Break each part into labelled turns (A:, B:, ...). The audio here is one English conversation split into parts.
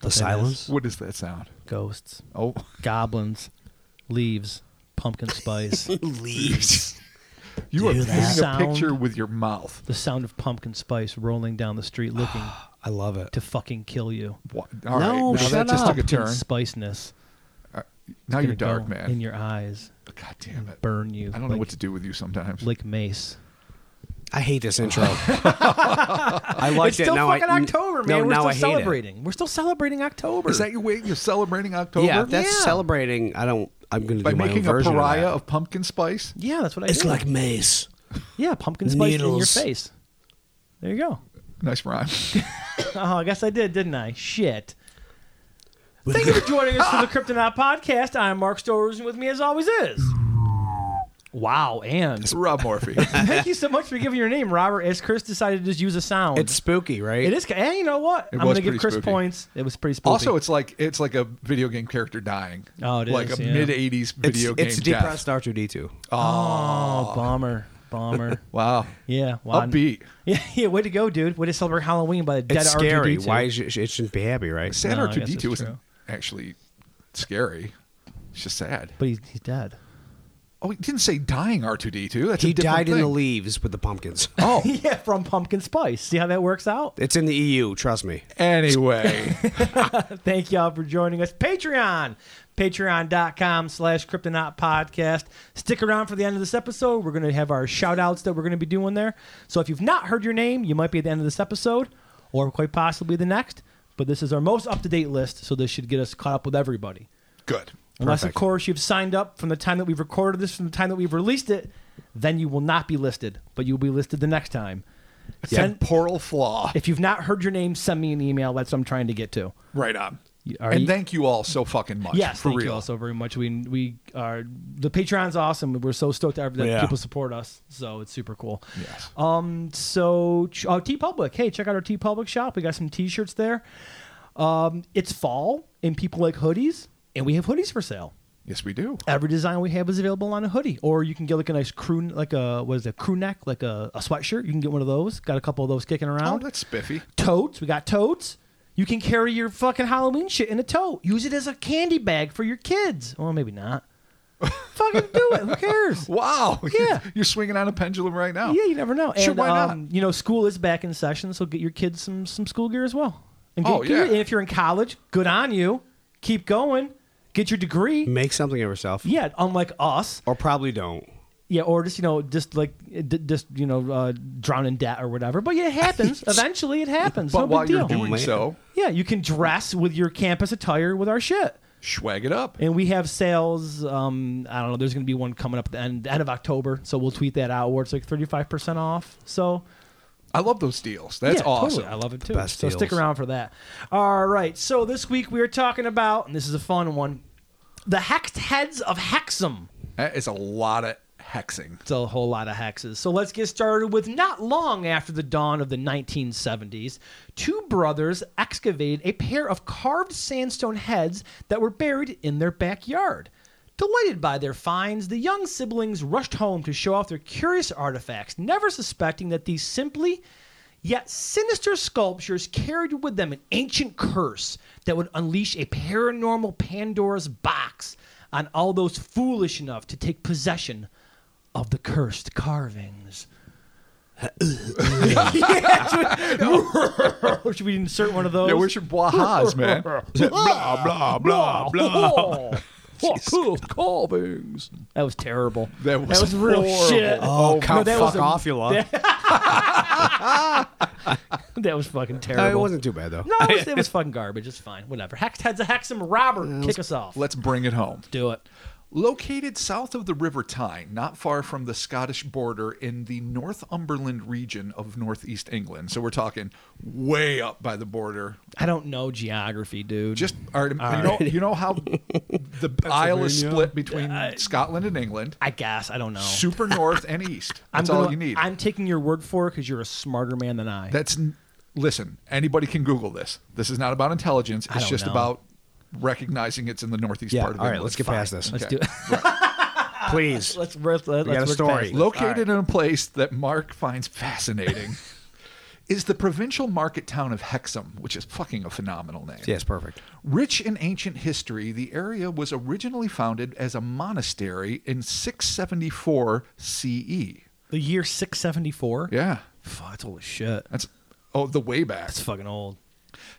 A: The silence.
B: What is that sound?
C: Ghosts,
B: Oh,
C: goblins, leaves, pumpkin spice.
A: Leaves.
B: you are
A: Do that.
B: painting a
C: Sound.
B: picture with your mouth.
C: the sound of pumpkin spice rolling down the street looking
A: I love it.
C: to fucking kill you.
B: What? All right,
A: No,
B: now
A: shut
B: that just
A: up.
B: took a turn.
C: Spiceness.
B: Now
C: gonna
B: you're dark,
C: go
B: man.
C: In your eyes,
B: God damn it!
C: burn you.
B: I don't know
C: like,
B: what to do with you sometimes.
C: Like mace.
A: I hate this intro. I liked
C: it's
A: it.
C: still
A: now
C: fucking
A: I,
C: October,
A: No,
C: man. We're
A: now
C: still
A: I hate it.
C: celebrating. We're still celebrating October.
B: is that your way? You're celebrating October?
A: Yeah, that's
C: Yeah.
A: celebrating. I don't. I'm going to
B: by
A: do my own
B: making a
A: version
B: pariah
A: Of
B: of pumpkin spice.
C: yeah, that's what I
A: that. It's
C: do.
A: like mace.
C: yeah, pumpkin spice in your
A: needles.
C: face. There you go.
B: Nice rhyme.
C: Oh, I guess I did, didn't I? Shit. Thank you for joining us for the Kryptonaut podcast. I'm Mark Storrs, and with me, as always, is Wow. And
B: Rob Morphy.
C: thank you so much for giving your name, Robert. As Chris decided to just use a sound,
A: It's spooky, right?
C: it is. And you know what? I'm
B: was
C: gonna give
B: pretty
C: Chris
B: spooky.
C: points. It was pretty spooky.
B: also, it's like it's like a video game character dying.
C: Oh, it
B: like
C: is,
B: a
C: yeah.
B: mid '80s
A: It's,
B: video game
A: it's
B: death.
A: depressed R2D2.
C: oh, bummer, bummer.
B: Wow.
C: Yeah, wow.
B: Upbeat.
C: Yeah, yeah. Way to go, dude. Way to celebrate Halloween by a dead
A: It's scary.
C: R2D2.
A: Why is it, it shouldn't be happy, right?
B: Sad
C: No, I guess
B: R2D2
C: it's
B: isn't
C: true.
B: actually scary. It's just sad.
C: But he's, he's dead.
B: Oh, he didn't say dying R2D2. That's
A: He
B: a different
A: died in the
B: thing.
A: leaves with the pumpkins.
B: Oh,
C: yeah, from pumpkin spice. See how that works out.
A: It's in the EU. Trust me.
B: anyway.
C: Thank y'all for joining us. Patreon, patreon.com slash kryptonaut podcast. Stick around for the end of this episode. We're going to have our shout outs that we're going to be doing there. So if you've not heard your name, you might be at the end of this episode or quite possibly the next. But this is our most up to date list. So this should get us caught up with everybody.
B: Good.
C: Unless,
A: Perfect.
C: of course, you've signed up from the time that we've recorded this, from the time that we've released it, then you will not be listed, but you'll be listed the next time. Send,
B: Temporal flaw.
C: if you've not heard your name, send me an email. That's what I'm trying to get to.
B: Right on.
C: Are
B: and
C: you-
B: thank you all so fucking much.
C: Yes,
B: for
C: thank
B: real.
C: you all so very much. We we are the Patreon's awesome. We're so stoked that that
A: Yeah.
C: people support us, so it's super cool.
B: Yes.
C: Um, so ch- oh, T Public, hey, check out our T Public shop. We got some T-shirts there. Um, it's fall, and people like hoodies, and we have hoodies for sale.
B: Yes, we do.
C: Every design we have is available on a hoodie, or you can get like a nice crew, like a what is it, crew neck, like a, a sweatshirt. You can get one of those. Got a couple of those kicking
B: Oh,
C: around
B: that's spiffy.
C: totes. We got totes. You can carry your fucking Halloween shit in a tote. Use it as a candy bag for your kids. Well, maybe not. fucking do it. Who cares?
B: Wow.
C: Yeah.
B: You're swinging on a pendulum right now.
C: Yeah, you never know. And
B: Sure, why not?
C: um, you know, school is back in session, so get your kids some some school gear as well. And get,
B: Oh,
C: get your-
B: yeah.
C: and if you're in college, good on you. Keep going. Get your degree.
A: Make something of yourself.
C: Yeah, unlike us.
A: Or probably don't.
C: Yeah, or just you know, just like d- just you know, uh, drown in debt or whatever. But yeah, it happens. Eventually, it happens.
B: But
C: no
B: while
C: big deal.
B: you're doing
A: Man.
B: so,
C: Yeah, you can dress with your campus attire with our shit.
B: swag it up.
C: And we have sales. Um, I don't know. There's going to be one coming up at the end, end of October. So we'll tweet that out where it's like 35% off. So
B: I love those deals. That's
C: yeah,
B: awesome.
C: Totally. I love it too.
A: best
C: so stick
A: deals.
C: around for that. All right. So this week we are talking about, and this is a fun one, the hexed heads of Hexham.
B: That is a lot of hexing.
C: It's a whole lot of hexes. So let's get started with not long after the dawn of the 1970s, two brothers excavated a pair of carved sandstone heads that were buried in their backyard. Delighted by their finds, the young siblings rushed home to show off their curious artifacts, never suspecting that these simply yet sinister sculptures carried with them an ancient curse that would unleash a paranormal Pandora's box on all those foolish enough to take possession of the cursed carvings. should we insert one of those?
B: Yeah, where's your blahas, man? blah, blah, blah, blah.
C: Oh, oh, cool.
B: Callings.
C: That was terrible.
B: That was
C: real
B: horrible.
C: shit.
A: Oh,
C: No,
A: count
C: that was
A: fuck
C: a-
A: off, you love.
C: That was fucking terrible.
A: No, it wasn't too bad, though.
C: No, it was, it was fucking garbage. It's fine. Whatever. Hex heads a hexam. Robert, kick us off.
B: Let's bring it home.
C: do it.
B: Located south of the River Tyne, not far from the Scottish border in the Northumberland region of northeast England. So we're talking way up by the border.
C: I don't know geography, dude.
B: Just all right, you know, you know how the Isle is split between Scotland and England,
C: I guess I don't know.
B: super north and east.
C: I'm
B: That's all
C: gonna-
B: you need.
C: I'm taking your word for it because you're a smarter man than I.
B: That's listen. Anybody can Google this. This is not about intelligence. It's
C: don't
B: just
C: know.
B: about recognizing it's in the northeast
A: Yeah, all
B: part of
A: right,
B: England.
A: let's get past this.
C: let's
B: Okay.
C: do it.
A: Please.
C: let's let's, let's
A: got a
C: work
A: story.
C: fast.
B: Located in a place that Mark finds fascinating. is the provincial market town of Hexham, which is fucking a phenomenal name.
A: Yes, perfect.
B: Rich in ancient history, the area was originally founded as a monastery in 674 CE.
C: The year 674?
B: E. Yeah.
C: Fuck, that's old as shit.
B: That's oh, the way back.
C: That's fucking old.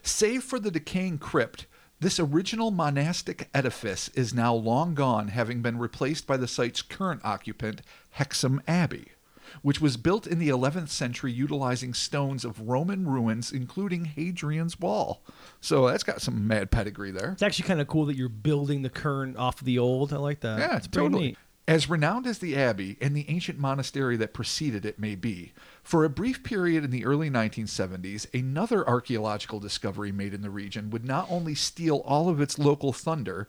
B: Save for the decaying crypt, this original monastic edifice is now long gone, having been replaced by the site's current occupant, Hexham Abbey, which was built in the 11th century utilizing stones of Roman ruins, including Hadrian's Wall. So that's got some mad pedigree there.
C: It's actually kind of cool that you're building the current off of the old. I like that.
B: Yeah,
C: it's pretty
B: totally.
C: neat.
B: As renowned as the abbey and the ancient monastery that preceded it may be, for a brief period in the early 1970s, another archaeological discovery made in the region would not only steal all of its local thunder,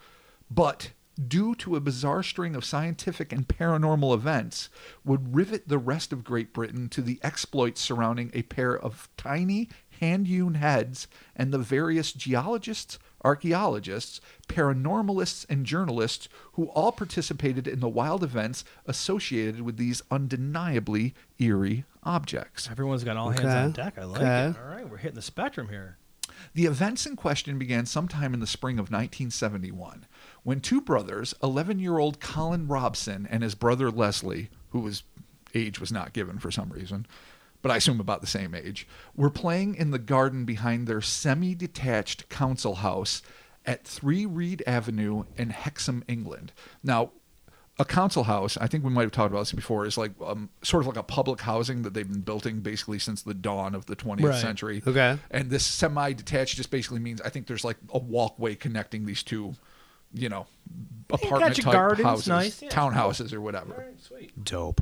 B: but due to a bizarre string of scientific and paranormal events, would rivet the rest of Great Britain to the exploits surrounding a pair of tiny hand hewn heads and the various geologists, archaeologists, paranormalists, and journalists who all participated in the wild events associated with these undeniably eerie objects.
C: Everyone's got all hands
A: Okay.
C: on deck. I like it.
A: Okay.
C: All right, we're hitting the spectrum here.
B: The events in question began sometime in the spring of 1971 when two brothers, 11 year old Colin Robson and his brother Leslie, who was age was not given for some reason, but I assume about the same age, were playing in the garden behind their semi detached council house at 3 Reed Avenue in Hexham, England. Now, a council house, I think we might have talked about this before, is like um, sort of like a public housing that they've been building basically since the dawn of the 20th
C: Right.
B: century.
A: Okay.
B: And this semi-detached just basically means I think there's like a walkway connecting these two, you know, apartment type
C: gardens,
B: houses,
C: nice, yeah.
B: townhouses or whatever.
C: right, sweet.
A: Dope.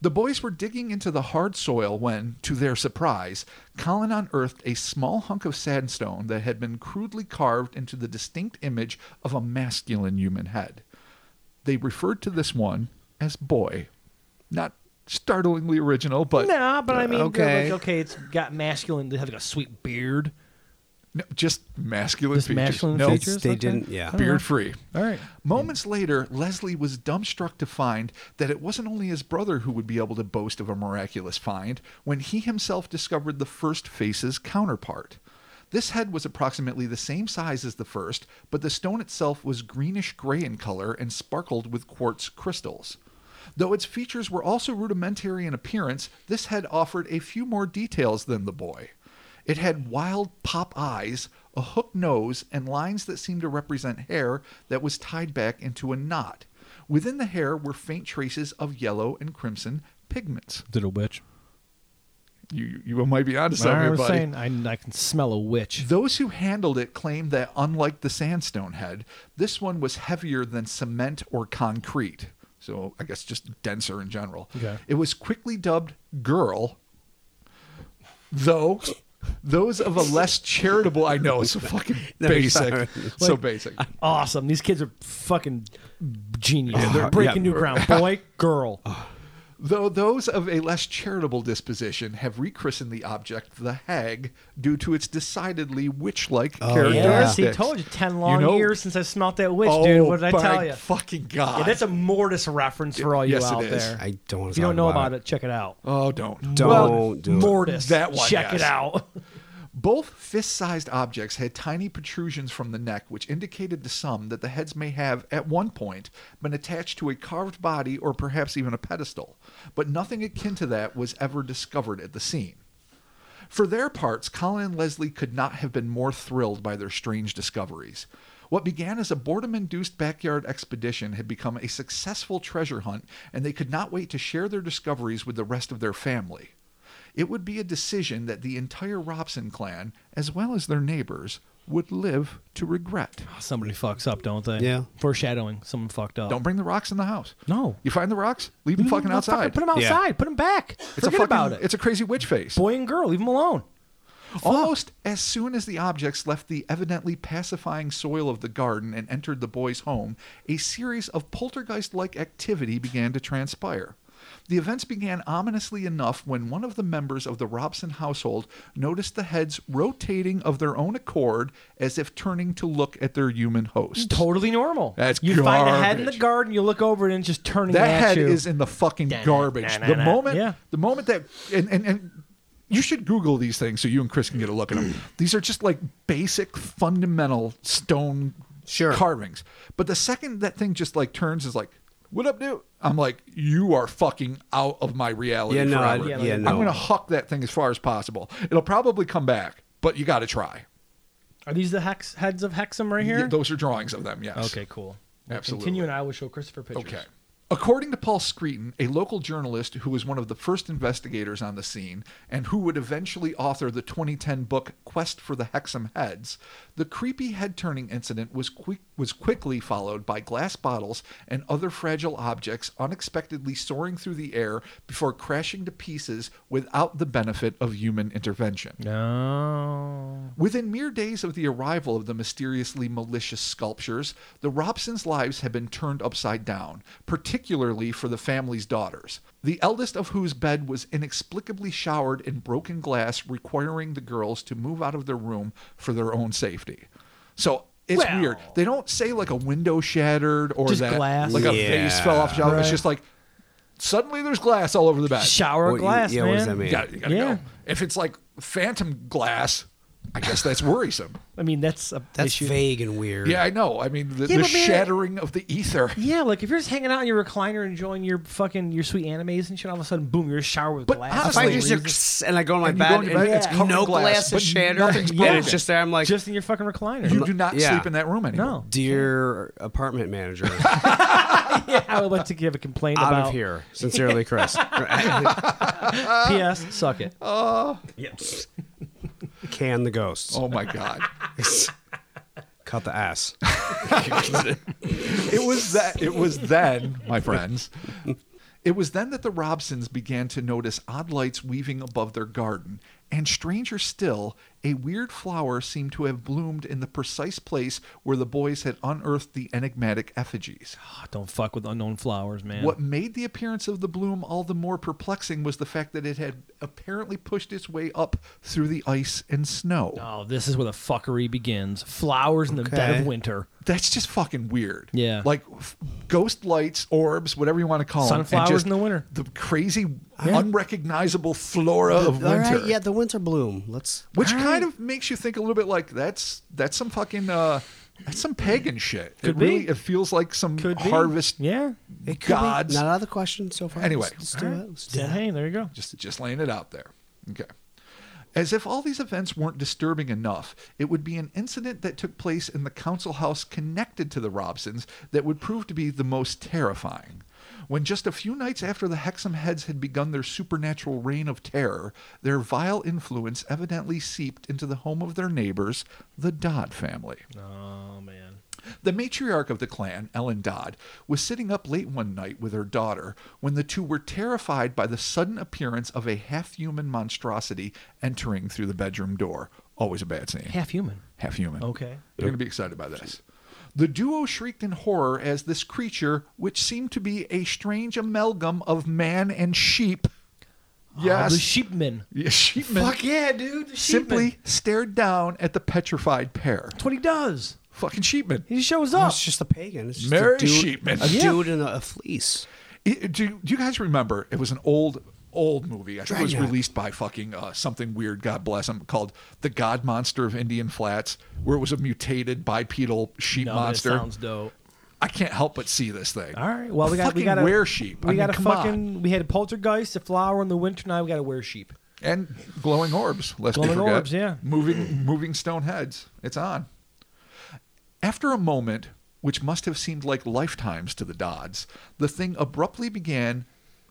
B: The boys were digging into the hard soil when, to their surprise, Colin unearthed a small hunk of sandstone that had been crudely carved into the distinct image of a masculine human head. They referred to this one as boy. Not startlingly original, but
C: Nah, but I mean, okay,
A: okay.
C: like, okay, it's got masculine. They have like a sweet beard.
B: no, just masculine
C: Just
B: features.
C: masculine
B: no,
C: features?
A: They
C: okay.
A: didn't. Yeah.
B: beard free.
C: All right.
B: Moments later, Leslie was dumbstruck to find that it wasn't only his brother who would be able to boast of a miraculous find when he himself discovered the first face's counterpart. This head was approximately the same size as the first, but the stone itself was greenish gray in color and sparkled with quartz crystals. Though its features were also rudimentary in appearance, this head offered a few more details than the boy. It had wild pop eyes, a hook nose, and lines that seemed to represent hair that was tied back into a knot. Within the hair were faint traces of yellow and crimson pigments.
C: Little witch.
B: You you might be onto something,
C: I
B: here,
C: was
B: buddy.
C: saying, I, I can smell a witch.
B: Those who handled it claimed that, unlike the sandstone head, this one was heavier than cement or concrete. So I guess just denser in general.
C: Okay.
B: It was quickly dubbed "girl," though those of a less charitable. I know it's so fucking
A: No,
B: basic,
A: sorry.
B: so
C: Like,
B: basic.
C: Awesome. These kids are fucking genius.
A: Yeah,
C: they're
A: yeah.
C: breaking new ground. Boy, girl.
B: Oh, Though those of a less charitable disposition have rechristened the object the hag due to its decidedly witch-like
C: Yes,
B: characteristics.
C: he told you. Ten long
B: You know-
C: years since I smelt that witch,
B: Oh,
C: dude. What did I
B: my
C: tell you?
B: Fucking god!
C: Yeah, that's a Mortis reference for all you
B: Yes, it
C: out
B: is.
C: there.
A: I don't want to
C: if you don't know about it, check it out.
B: oh, don't.
A: Don't
C: Well,
A: do it.
C: Mortis.
B: That one,
C: Check
B: yes.
C: it out.
B: Both fist sized objects had tiny protrusions from the neck, which indicated to some that the heads may have, at one point, been attached to a carved body or perhaps even a pedestal, but nothing akin to that was ever discovered at the scene. For their parts, Colin and Leslie could not have been more thrilled by their strange discoveries. What began as a boredom induced backyard expedition had become a successful treasure hunt, and they could not wait to share their discoveries with the rest of their family. It would be a decision that the entire Robson clan, as well as their neighbors, would live to regret.
C: Somebody fucks up, don't they?
A: Yeah.
C: Foreshadowing. Someone fucked up.
B: Don't bring the rocks in the house.
C: No.
B: You find the rocks, leave them fucking outside.
C: put them
A: Yeah.
C: outside. Put them back.
B: it's a
C: Forget
B: fucking,
C: about it.
B: It's a crazy witch face.
C: boy and girl. Leave them alone.
B: Almost as soon as the objects left the evidently pacifying soil of the garden and entered the boys' home, a series of poltergeist like activity began to transpire. The events began ominously enough when one of the members of the Robson household noticed the heads rotating of their own accord as if turning to look at their human host.
C: Totally normal.
B: That's
C: you find a head in the
B: garbage.
C: garden. You look over and it's just turning.
B: that
C: at
B: head
C: you.
B: is in the fucking
C: Da-na,
B: garbage.
C: da-na,
B: The
C: da.
B: moment,
C: Yeah.
B: the moment that, and, and, and you should Google these things so you and Chris can get a look at them. these are just like basic, fundamental stone
A: Sure.
B: carvings. But the second that thing just like turns is like, what up, dude? I'm like, you are fucking out of my reality.
A: Yeah, no, I-
B: forever.
A: yeah,
C: yeah,
A: no.
B: I'm gonna huck that thing as far as possible. It'll probably come back, but you got to try.
C: Are these the hex heads of Hexam right here?
B: Yeah, those are drawings of them. Yes.
C: okay, cool.
B: Absolutely.
C: Continue, and I will show Christopher pictures.
B: Okay. According to Paul Screeton, a local journalist who was one of the first investigators on the scene and who would eventually author the 2010 book Quest for the Hexham Heads, the creepy head turning incident was, quick, was quickly followed by glass bottles and other fragile objects unexpectedly soaring through the air before crashing to pieces without the benefit of human intervention.
C: No.
B: Within mere days of the arrival of the mysteriously malicious sculptures, the Robsons' lives had been turned upside down, particularly for the family's daughters, the eldest of whose bed was inexplicably showered in broken glass, requiring the girls to move out of their room for their own safety. So it's
C: Well-
B: weird. They don't say like a window shattered or
C: Just
B: that
C: glass.
B: like a
A: Yeah.
B: face fell off. It's
C: Right.
B: just like suddenly there's glass all over the bed.
C: Shower
A: What-
C: glass,
A: yeah,
C: man.
A: what does that mean?
B: You gotta, you gotta
C: Yeah.
B: go. If it's like phantom glass, I guess that's worrisome.
C: I mean, that's a
A: That's
C: issue.
A: vague and weird.
B: Yeah, I know. I mean, the,
C: Yeah,
B: the
C: but man-
B: shattering of the ether.
C: Yeah, like if you're just hanging out in your recliner enjoying your fucking your sweet animes and shit, all of a sudden, boom, you're showered with
B: But
C: glass.
A: If
B: honestly-
A: I
C: for
A: just
C: no reason.
A: and I go in my
B: And you
A: bed,
B: go in your
A: and
B: bed, it's covered
A: no
B: in glass,
A: glass,
B: but
A: is shattered,
B: nothing's
A: and it's
B: broken.
A: just there. I'm like,
C: just in your fucking recliner.
B: You do not
A: Yeah.
B: sleep in that room anymore.
C: no.
A: dear apartment manager,
C: Yeah, I would like to give a complaint
A: out
C: about
A: of here. Sincerely, Chris.
C: PS, suck it.
A: Can the ghosts
B: Oh my God!
A: cut the ass?
B: it was that. It was then, my friends. It was then that the Robsons began to notice odd lights weaving above their garden, and stranger still, a weird flower seemed to have bloomed in the precise place where the boys had unearthed the enigmatic effigies.
C: Oh, don't fuck with unknown flowers, man.
B: What made the appearance of the bloom all the more perplexing was the fact that it had apparently pushed its way up through the ice and snow.
C: Oh, this is where the fuckery begins. Flowers in the dead of
A: Okay.
C: winter.
B: That's just fucking weird.
C: Yeah.
B: Like f- ghost lights, orbs, whatever you want to call them.
C: Sunflowers in the winter.
B: The crazy, unrecognizable flora of
A: All
B: winter.
A: right, yeah, the winter bloom. Let's.
B: Which
A: All right.
B: kind of makes you think a little bit like that's that's some fucking uh that's some pagan shit. it
C: Could be.
B: really it feels like some
C: Could be.
B: harvest
C: Yeah.
A: It could be-
B: gods.
A: Not out of the question so far.
B: Anyway.
A: let's, let's do it. Let's do
C: Yeah,
A: it.
C: Hey, there you go.
B: Just just laying it out there. Okay. As if all these events weren't disturbing enough, it would be an incident that took place in the council house connected to the Robsons that would prove to be the most terrifying. When just a few nights after the Hexham Heads had begun their supernatural reign of terror, their vile influence evidently seeped into the home of their neighbors, the Dodd family.
C: Oh man.
B: The matriarch of the clan, Ellen Dodd, was sitting up late one night with her daughter when the two were terrified by the sudden appearance of a half human monstrosity entering through the bedroom door. Always a bad scene.
C: Half human.
B: Half human.
C: Okay.
B: You're going to be excited by this. The duo shrieked in horror as this creature, which seemed to be a strange amalgam of man and sheep,
C: Oh, the
B: yes,
C: sheepman.
B: yeah, sheepman,
C: yeah, dude. The sheepman.
B: simply stared down at the petrified pair.
C: That's what he does.
B: Fucking sheepman.
C: He shows
A: Oh,
C: up.
A: it's just a pagan. It's just
B: Mary
A: a dude,
B: Sheepman.
A: a
B: Yeah.
A: dude in a, a fleece.
B: It, do, do you guys remember? It was an old, old movie. I think it was
A: Dragnet.
B: released by fucking uh, something weird. God bless him. Called the God Monster of Indian Flats, where it was a mutated bipedal sheep
C: no,
B: monster.
C: That sounds dope.
B: I can't help but see this thing.
C: All right. Well, we got
B: fucking
C: we got
B: wear sheep.
C: We
B: I
C: got
B: mean,
C: a
B: come on.
C: fucking we had a poltergeist, a flower in the winter. Now we got to wear sheep.
B: and glowing orbs. Let's
C: Glowing
B: forget.
C: orbs, yeah.
B: Moving moving stone heads. It's on. After a moment, which must have seemed like lifetimes to the Dodds, the thing abruptly began,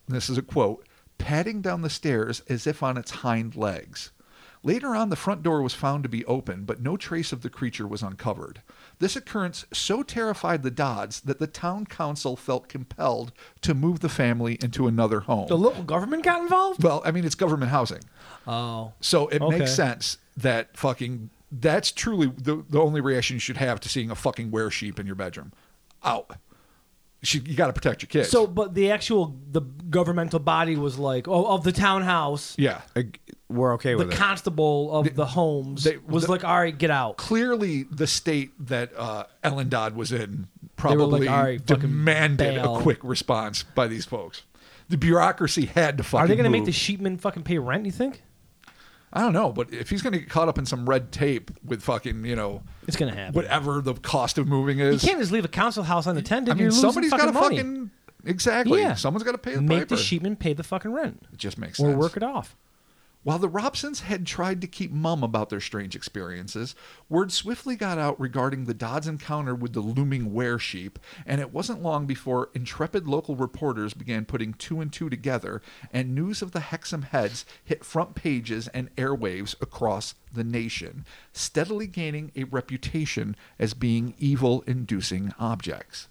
B: this is a quote, padding down the stairs as if on its hind legs. Later on, the front door was found to be open, but no trace of the creature was uncovered. This occurrence so terrified the Dodds that the town council felt compelled to move the family into another home.
C: The local government got involved.
B: well, I mean, it's government housing.
C: Oh,
B: So it
C: Okay.
B: makes sense that fucking that's truly the, the only reaction you should have to seeing a fucking wear sheep in your bedroom. Out. She, you got to protect your kids.
C: so but the actual the governmental body was like, oh, of the townhouse.
B: yeah,
A: Ag- We're okay
C: The
A: with it.
C: constable of the homes
B: they-
C: was
B: the-
C: like, all right, get out.
B: clearly the state that uh, Ellen Dodd was in
C: were
B: probably
C: like, "All right, fucking
B: demanded
C: bail."
B: a quick response by these folks. The bureaucracy had to fucking.
C: Are they
B: going to
C: make the sheepmen fucking pay rent? You think?
B: I don't know, but if he's going to get caught up in some red tape with fucking, you know,
C: It's gonna happen.
B: whatever the cost of moving is,
C: You can't just leave a council house unattended.
B: I mean,
C: You're losing
B: somebody's got to
C: fucking money.
B: fucking exactly.
C: Yeah.
B: Someone's got to pay the
C: make
B: piper.
C: the sheepman pay the fucking rent
B: It just makes
C: or
B: sense.
C: work it off.
B: While the Robsons had tried to keep mum about their strange experiences, word swiftly got out regarding the Dodds encounter with the looming were sheep, and it wasn't long before intrepid local reporters began putting two and two together, and news of the Hexham heads hit front pages and airwaves across the nation, steadily gaining a reputation as being evil inducing objects.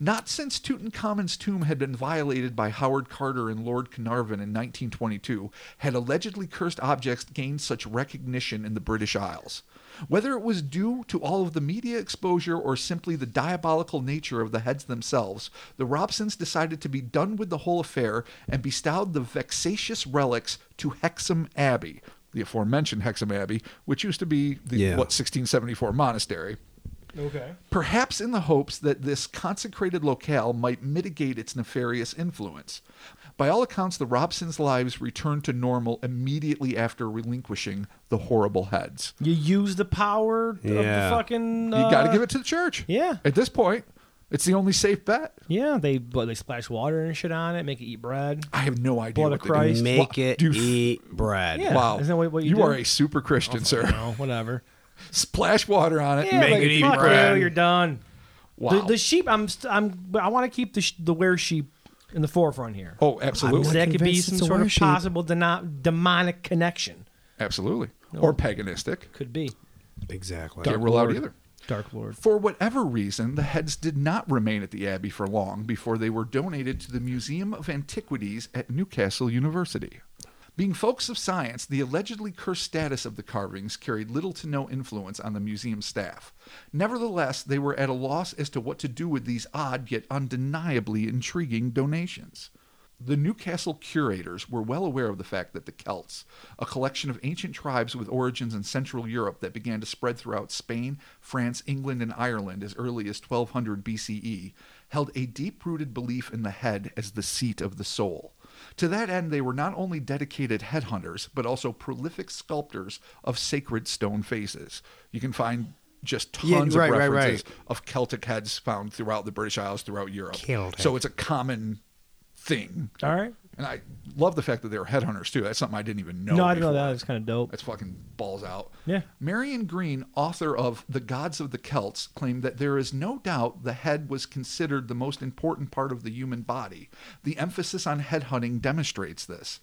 B: Not since Tutankhamun's tomb had been violated by Howard Carter and Lord Carnarvon in 1922 had allegedly cursed objects gained such recognition in the British Isles. Whether it was due to all of the media exposure or simply the diabolical nature of the heads themselves, the Robsons decided to be done with the whole affair and bestowed the vexatious relics to Hexham Abbey, the aforementioned Hexham Abbey, which used to be the
A: Yeah.
B: what 1674 monastery
C: Okay.
B: perhaps in the hopes that this consecrated locale might mitigate its nefarious influence. By all accounts, the Robsons' lives returned to normal immediately after relinquishing the horrible heads.
C: You use the power of the
A: Yeah.
C: fucking.
B: You
C: Uh,
B: got to give it to the church.
C: yeah.
B: At this point, it's the only safe bet.
C: Yeah, they but they splash water and shit on it, make it eat bread.
B: I have no idea.
C: Blood
B: what
C: of
B: they do.
C: Christ.
A: Make
B: Wha-
A: it
B: do f-
A: eat bread.
C: Yeah.
B: Wow.
C: Isn't that what- what you do?
B: are a super Christian,
C: You
B: sir.
C: know, whatever.
B: Splash water on it.
C: Yeah,
A: Make
C: like,
A: it eat
C: fuck
A: bread.
C: You, you're done.
B: Wow.
C: The, the sheep. I'm. St- I'm. but I want to keep the sh- the were sheep in the forefront here.
B: oh,
C: So
B: absolutely.
C: that could be
A: convinced
C: some
A: it's a
C: sort of
A: were sheep.
C: possible deno- demonic connection.
B: Absolutely. Or paganistic.
C: Could be
A: Exactly.
B: Can't rule out either.
C: Dark Lord.
B: For whatever reason, the heads did not remain at the Abbey for long before they were donated to the Museum of Antiquities at Newcastle University. Being folks of science, the allegedly cursed status of the carvings carried little to no influence on the museum staff. Nevertheless, they were at a loss as to what to do with these odd yet undeniably intriguing donations. The Newcastle curators were well aware of the fact that the Celts, a collection of ancient tribes with origins in Central Europe that began to spread throughout Spain, France, England, and Ireland as early as 1200 BCE, E, held a deep rooted belief in the head as the seat of the soul. To that end, they were not only dedicated headhunters, but also prolific sculptors of sacred stone faces. You can find just tons
A: Yeah, right,
B: of
A: right,
B: references
A: right.
B: of Celtic heads found throughout the British Isles, throughout Europe.
A: Celtic.
B: So it's a common thing.
C: All right.
B: And I love the fact that they were headhunters too. That's something I didn't even know.
C: No, I didn't know
B: before.
C: that. It's kind of dope.
B: That's fucking balls out.
C: Yeah.
B: Marion Green, author of The Gods of the Celts, claimed that there is no doubt the head was considered the most important part of the human body. The emphasis on headhunting demonstrates this.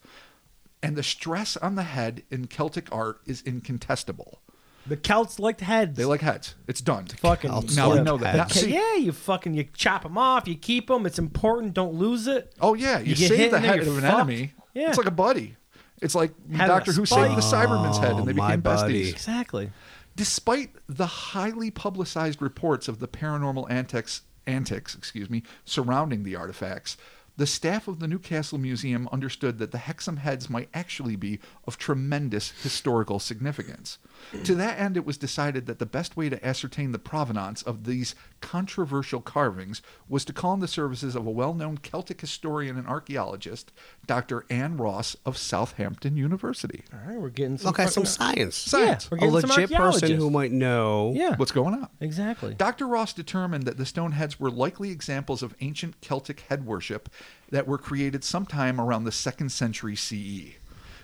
B: And the stress on the head in Celtic art is incontestable.
C: The Celts liked heads.
B: They like heads. It's done.
C: fucking
B: now we
A: like
B: know that.
A: heads.
B: Now,
C: Okay,
B: see-
C: yeah, you fucking you chop them off, you keep them. It's important. Don't lose it.
B: Oh yeah, you,
C: get
B: save
C: hit
B: the
C: and then
B: head
C: you're
B: of an
C: fucked.
B: enemy.
C: Yeah.
B: It's like a buddy. It's like
C: Having
B: Doctor
C: a
B: Who
C: spike.
B: saved the Cyberman's head and they
A: Oh, my
B: became
A: buddy.
B: besties.
C: Exactly.
B: Despite the highly publicized reports of the paranormal antics, antics, excuse me, surrounding the artifacts, the staff of the Newcastle Museum understood that the Hexham heads might actually be of tremendous historical significance. To that end, it was decided that the best way to ascertain the provenance of these controversial carvings was to call on the services of a well known Celtic historian and archaeologist, Dr. Anne Ross of Southampton University.
C: All right, we're getting some.
A: Okay, some
C: fucking-
A: science.
B: Science.
C: we're
A: A
C: getting some
A: legit person
C: archaeologists.
A: who might know.
C: Yeah.
B: What's going on?
C: exactly.
B: Dr. Ross determined that the stone heads were likely examples of ancient Celtic head worship that were created sometime around the 2nd century CE.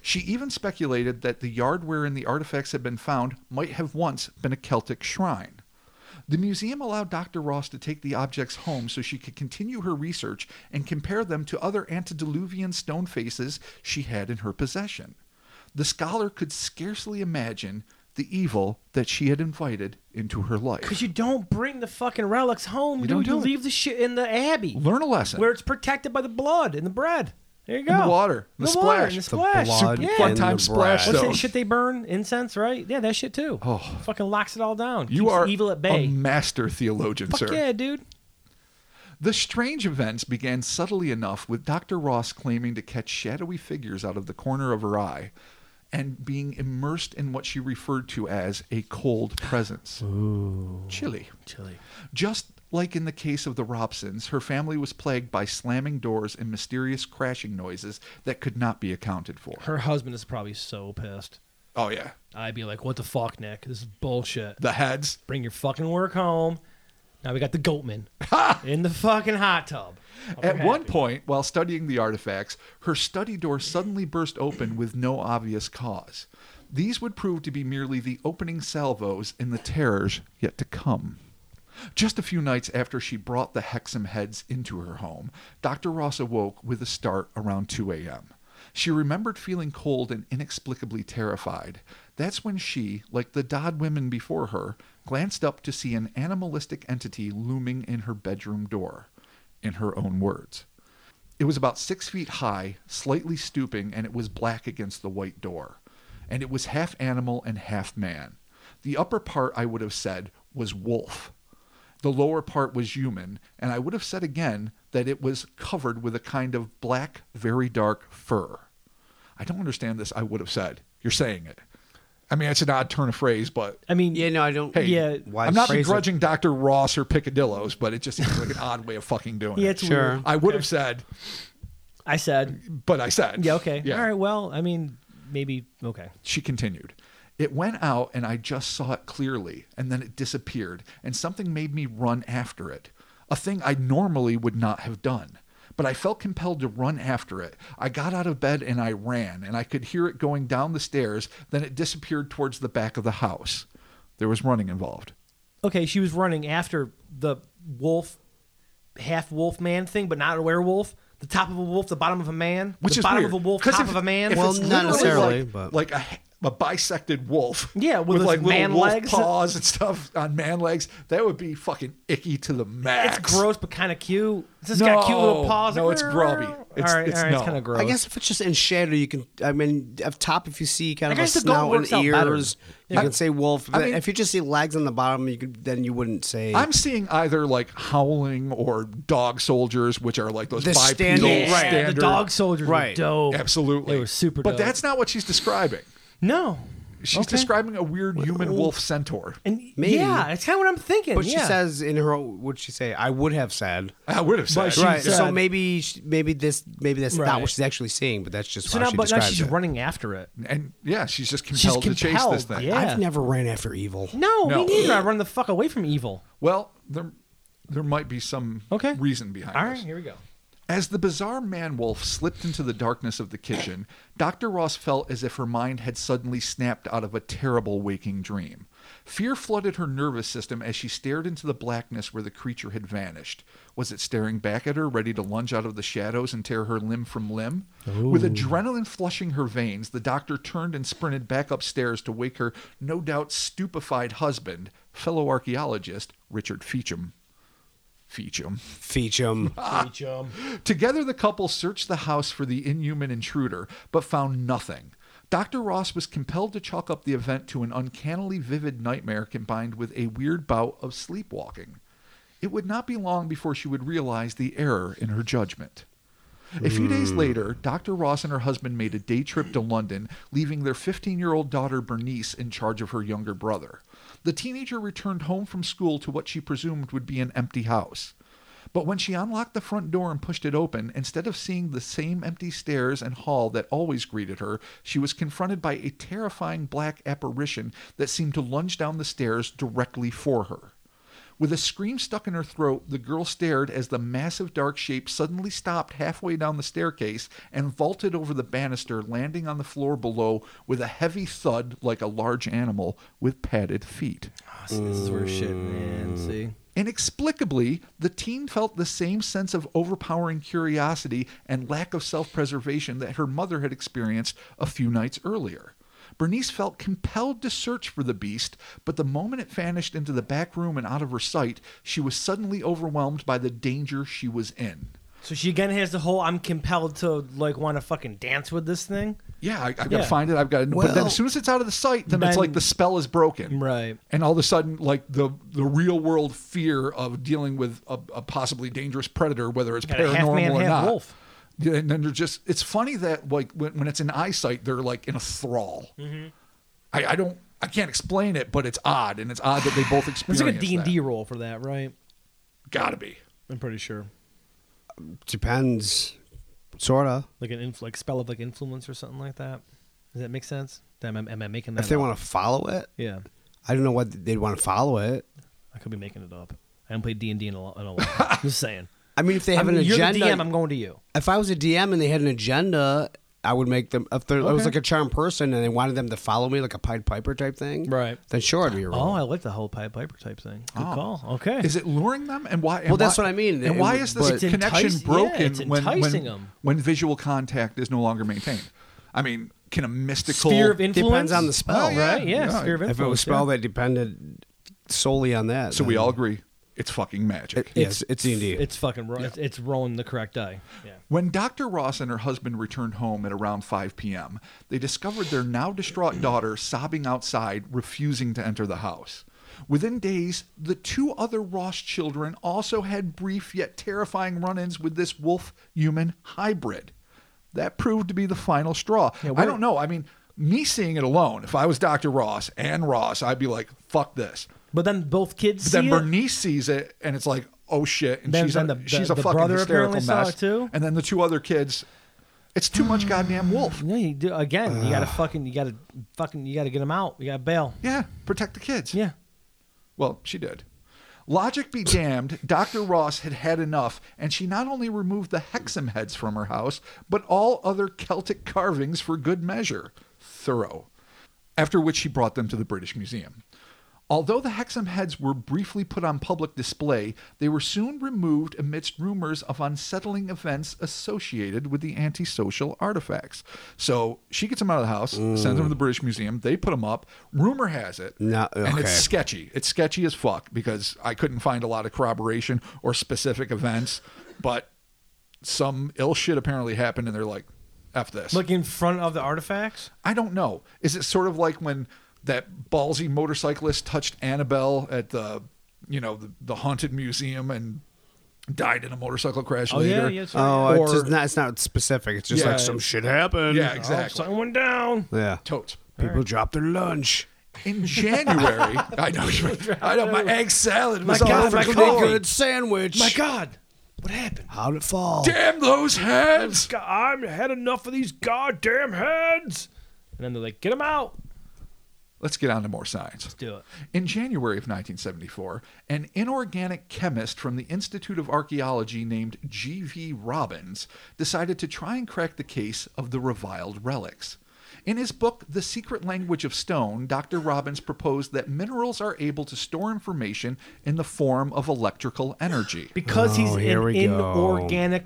B: She even speculated that the yard wherein the artifacts had been found might have once been a Celtic shrine. The museum allowed Dr. Ross to take the objects home so she could continue her research and compare them to other antediluvian stone faces she had in her possession. The scholar could scarcely imagine the evil that she had invited into her life.
C: Because you don't bring the fucking relics home,
B: You
C: dude.
B: don't do
C: you
B: it.
C: leave the shit in the abbey
B: Learn a lesson.
C: where it's protected by the blood and the bread. There you go.
B: And the water,
C: The,
B: the
C: water and
B: splash.
C: the
B: The
C: splash.
A: blood
C: yeah.
B: fun
A: and
B: time
A: the
B: splash
A: bread.
C: What's
B: zone.
C: that shit they burn? Incense, right? Yeah, that shit too.
B: Oh.
C: Fucking locks it all down.
B: you
C: Keeps
B: are
C: evil at
B: a
C: bay.
B: master theologian,
C: Fuck
B: sir.
C: yeah, dude.
B: The strange events began subtly enough with Dr. Ross claiming to catch shadowy figures out of the corner of her eye and being immersed in what she referred to as a cold presence. Chilly.
C: Chili.
B: Just like in the case of the Robsons, her family was plagued by slamming doors and mysterious crashing noises that could not be accounted for.
C: Her husband is probably so pissed.
B: Oh yeah,
C: I'd be like, what the fuck, Nick? This is bullshit.
B: the heads.
C: Bring your fucking work home. Now we got the Goatman in the fucking hot tub.
B: At one point, while studying the artifacts, her study door suddenly burst open with no obvious cause. These would prove to be merely the opening salvos in the terrors yet to come. Just a few nights after she brought the Hexam heads into her home, Dr. Ross awoke with a start around 2 a.m. She remembered feeling cold and inexplicably terrified. That's when she, like the Dodd women before her, glanced up to see an animalistic entity looming in her bedroom door in her own words. It was about six feet high, slightly stooping, and it was black against the white door. And it was half animal and half man. The upper part, I would have said, was wolf. The lower part was human, and I would have said again that it was covered with a kind of black, very dark fur. I don't understand this, I would have said. You're saying it. I mean, it's an odd turn of phrase, but
C: I mean,
A: Yeah, no, I don't.
B: hey,
C: Yeah.
A: why
B: I'm not
A: phrase it?
B: begrudging Dr. Ross or Picadillos, but it just seems like an odd way of fucking doing
C: yeah,
B: it.
C: it's
A: Sure.
C: weird.
B: I would have said,
C: I said,
B: but I said,
C: yeah, okay, all right. Well, I mean, maybe okay.
B: She continued, It went out and I just saw it clearly, and then it disappeared, and something made me run after it, a thing I normally would not have done. But I felt compelled to run after it. I got out of bed and I ran, and I could hear it going down the stairs, then it disappeared towards the back of the house. There was running involved.
C: Okay, she was running after the wolf, half wolf man thing, but not a werewolf. The top of a wolf, the bottom of a man,
B: Which
C: the
B: is
C: bottom of
B: weird,
C: a wolf,
B: 'cause
C: top
B: if-
C: of a man.
B: if
A: Well,
B: it's
A: not
B: literally
A: necessarily,
B: like,
A: but-
B: like a, h- a bisected wolf.
C: Yeah, with those
B: like little
C: man
B: wolf
C: legs.
B: paws and stuff on man legs. That would be fucking icky to the max.
C: It's gross, but kind of cute. It's just got cute little
B: No,
C: paws.
B: no, it's grubby. It's-
C: all right,
B: it's
C: all right,
B: no.
C: kind of gross.
A: I guess if it's just in shadow, you can. I mean, up top, if you see kind
C: I
A: of a
C: guess the goat
A: snout and
C: works out better.
A: ears, you can say wolf. But
B: mean-
A: if you just see legs on the bottom, you could then you wouldn't say.
B: I'm seeing either like howling or dog soldiers, which are like those
A: The
B: bipedal
A: standard-
C: yeah,
A: right.
B: standard.
C: the dog soldiers
A: Right.
C: were dope.
B: Absolutely,
C: They were super
B: But
C: dope.
B: that's not what she's describing.
C: No,
B: She's
C: Okay.
B: describing a weird human wolf centaur.
C: and
A: Maybe.
C: yeah, it's kind of what I'm thinking.
A: but
C: yeah.
A: she says in her, would she say? I would have said.
B: I would have said.
C: Right, She
A: right. so
C: said-
A: maybe, she- maybe this, maybe that's not
C: Right.
A: what she's actually seeing, but that's just
C: So
A: how
C: now,
A: she
C: but now
A: describes
C: she's
A: it.
C: running after it.
B: and yeah, she's just
C: She's
B: compelled, to chase
C: compelled,
B: this thing.
C: yeah.
A: I've never ran after evil.
C: No,
B: No.
C: me neither. I run the fuck away from evil.
B: Well, there, there might be some
C: Okay.
B: reason behind
C: All
B: this.
C: right, here we go.
B: As the bizarre man wolf slipped into the darkness of the kitchen, Dr. Ross felt as if her mind had suddenly snapped out of a terrible waking dream. Fear flooded her nervous system as she stared into the blackness where the creature had vanished. Was it staring back at her, ready to lunge out of the shadows and tear her limb from limb? With adrenaline flushing her veins, the doctor turned and sprinted back upstairs to wake her, no doubt stupefied husband, fellow archaeologist Richard Feacham. Feacham.
A: Feachum.
C: Reach 'em.
B: Together, the couple searched the house for the inhuman intruder, but found nothing. Dr. Ross was compelled to chalk up the event to an uncannily vivid nightmare combined with a weird bout of sleepwalking. It would not be long before she would realize the error in her judgment. A few days later, Dr. Ross and her husband made a day trip to London, leaving their 15 year old daughter Bernice in charge of her younger brother. The teenager returned home from school to what she presumed would be an empty house. But when she unlocked the front door and pushed it open, instead of seeing the same empty stairs and hall that always greeted her, she was confronted by a terrifying black apparition that seemed to lunge down the stairs directly for her. With a scream stuck in her throat, the girl stared as the massive dark shape suddenly stopped halfway down the staircase and vaulted over the banister, landing on the floor below with a heavy thud like a large animal with padded feet.
C: Oh, see, this is where shit, man. See,
B: Inexplicably, the teen felt the same sense of overpowering curiosity and lack of self preservation that her mother had experienced a few nights earlier. Bernice felt compelled to search for the beast, but the moment it vanished into the back room and out of her sight, she was suddenly overwhelmed by the danger she was in.
C: so she again has the whole "I'm compelled to like want to fucking dance with this thing."
B: Yeah, I, I've got
C: Yeah.
B: to find it. I've got to. but then,
A: Well-
B: as soon as it's out of the sight, then, it's
C: Then-
B: like the spell is broken,
C: Right.
B: And all of a sudden, like the the real world fear of dealing with a, a possibly dangerous predator, whether it's
C: Got a
B: paranormal
C: half man,
B: or
C: half
B: not.
C: wolf.
B: Yeah, and then they're just. It's funny that like when, when it's in eyesight, they're like in a thrall.
C: Mm-hmm.
B: I, I don't. I can't explain it, but it's odd, and it's odd that they both
C: There's
B: experience.
C: like a D and D
B: that.
C: role for that, right?
B: Gotta be.
C: I'm pretty sure,
A: Depends, sorta.
C: like an inf- like spell of like influence or something like that. Does that make sense? Am I, am I making that?
A: If they
C: up?
A: want to follow it,
C: yeah,
A: I don't know what they'd want to follow it.
C: I could be making it up. I haven't played D and D in a lo- in a long time. Just saying.
A: I mean, if they have
C: I'm-
A: an
C: you're
A: agenda,
C: the DM. I'm going to you.
A: if I was a DM and they had an agenda, I would make them. If they I was like a charm person and they wanted them to follow me, like a Pied Piper type thing,
C: Right.
A: Then sure, I'd be
C: Oh,
A: wrong.
C: I like the whole Pied Piper type thing. Good
B: Oh.
C: call. Okay.
B: Is it luring them? And why? And
A: Well, that's
B: why-
A: what I mean.
B: And
A: It
B: why
A: would-
B: is this
A: but-
C: It's
B: connection
C: enticing-
B: broken
C: yeah, it's
B: when
C: enticing
B: when,
C: 'em.
B: when visual contact is no longer maintained? I mean, can a mystical
C: sphere of influence
A: Depends on the spell,
B: Oh, yeah.
C: right? Yeah,
B: Yeah.
C: sphere of influence.
A: If it was a spell
C: yeah.
A: that depended solely on that,
B: So we
A: then-
B: all agree, it's fucking magic.
A: yes, it's D and D.
C: it's fucking ro- it's, it's rolling the correct die. Yeah.
B: When Dr. Ross and her husband returned home at around 5 p.m., they discovered their now distraught daughter sobbing outside, refusing to enter the house. Within days, the two other Ross children also had brief yet terrifying run ins with this wolf human hybrid. That proved to be the final straw. I don't know. I mean, me seeing it alone, if I was Dr. Ross and Ross, I'd be like, fuck this.
C: But then both kids
B: But
C: see
B: then
C: it.
B: Bernice sees it, and it's like, oh shit! And
C: Then-
B: she's
C: then
B: a,
C: the- the-
B: she's a
C: the
B: fucking
C: brother
B: hysterical
C: apparently
B: mess.
C: saw it too?
B: And then the two other kids, it's too much goddamn wolf.
C: No, you do again. You gotta fucking, you gotta fucking, you gotta get them out. You gotta bail.
B: Yeah, protect the kids.
C: Yeah.
B: Well, she did. Logic be damned, Dr. Ross had had enough, and she not only removed the Hexam heads from her house, but all other Celtic carvings for good measure. Thorough. After which she brought them to the British Museum. Although the Hexam heads were briefly put on public display, they were soon removed amidst rumors of unsettling events associated with the antisocial artifacts. So she gets them out of the house, sends them to the British Museum, they put them up. Rumor has it,
A: No,
B: and
A: okay.
B: it's sketchy. It's sketchy as fuck because I couldn't find a lot of corroboration or specific events, but some ill shit apparently happened, and they're like, "F this."
C: Look in front of the artifacts.
B: I don't know. Is it sort of like when that ballsy motorcyclist touched Annabelle at the, you know, the, the haunted museum and died in a motorcycle crash
C: Oh
B: later?
C: yeah, yeah. Sure.
A: Oh,
C: yeah.
A: it's, just not, it's not specific. It's just
B: Yeah.
A: like some shit happened.
B: Yeah,
C: Oh,
B: exactly.
C: someone down.
A: yeah.
B: Totes.
A: People drop their lunch.
B: In January, I know. you- I know my egg salad was
C: God,
B: all
C: my
B: over
C: God.
B: the floor.
A: good sandwich.
C: My God, what happened?
A: How'd it fall?
B: Damn those heads!
C: I've had enough of these goddamn heads. And then they're like, get them out.
B: Let's get on to more science.
C: Do it.
B: In January of 1974, an inorganic chemist from the Institute of Archaeology named G.V. Robbins decided to try and crack the case of the reviled relics. In his book, The Secret Language of Stone, Dr. Robbins proposed that minerals are able to store information in the form of electrical energy.
C: Because he's
A: Oh, here
C: an
A: we go.
C: inorganic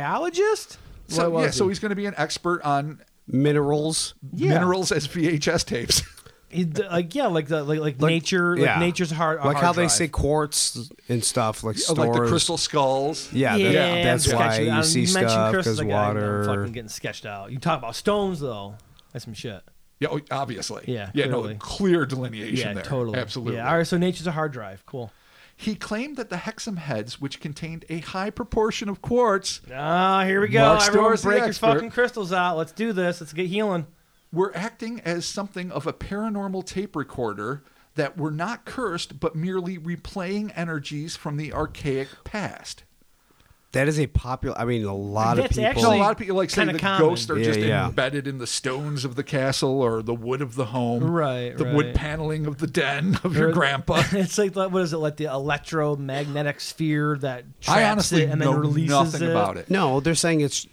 C: biologist. What
B: So,
C: was
B: yeah,
C: he?
B: so he's going to be an expert on
A: Minerals.
C: Yeah.
B: minerals as VHS tapes.
C: He d- like yeah, like the like like, nature, like
A: yeah.
C: nature's hard.
A: Like
C: hard
A: how they
C: drive.
A: say quartz and stuff, like
C: Oh,
A: stores.
B: like the crystal skulls.
A: Yeah, that-
C: I'm
A: that's why
C: sketchy.
A: you
C: I'm
A: see
C: mentioning
A: stuff
C: Chris,
A: because
C: like, I'm- I'm
A: water.
C: fucking getting sketched out. You talk about stones though. That's some shit.
B: Yeah, oh, obviously.
C: Yeah,
B: Yeah,
C: clearly.
B: no, clear delineation
C: Yeah,
B: there.
C: totally.
B: Absolutely.
C: Yeah. All right. So nature's a hard drive. Cool.
B: He claimed that the hexam heads, which contained a high proportion of quartz,
C: Ah, here we go.
B: Mark
C: Everyone,
B: Storr's the
C: break your
B: expert.
C: fucking crystals out. Let's do this. Let's get healing.
B: were acting as something of a paranormal tape recorder that were not cursed, but merely replaying energies from the archaic past.
A: That is a popular. I mean, a lot of
C: That's
A: people.
B: So
C: actually-
B: a lot of people like say
C: Kinda
B: the
C: common.
B: ghosts are
A: Yeah,
B: just
A: yeah.
B: embedded in the stones of the castle or the wood of the home,
C: Right,
B: The
C: right.
B: wood paneling of the den of your grandpa.
C: It's like the- what is it like the electromagnetic sphere that traps
B: I honestly
C: it and
B: know
C: then releases
B: nothing
C: it.
B: about it.
A: No, they're saying it's.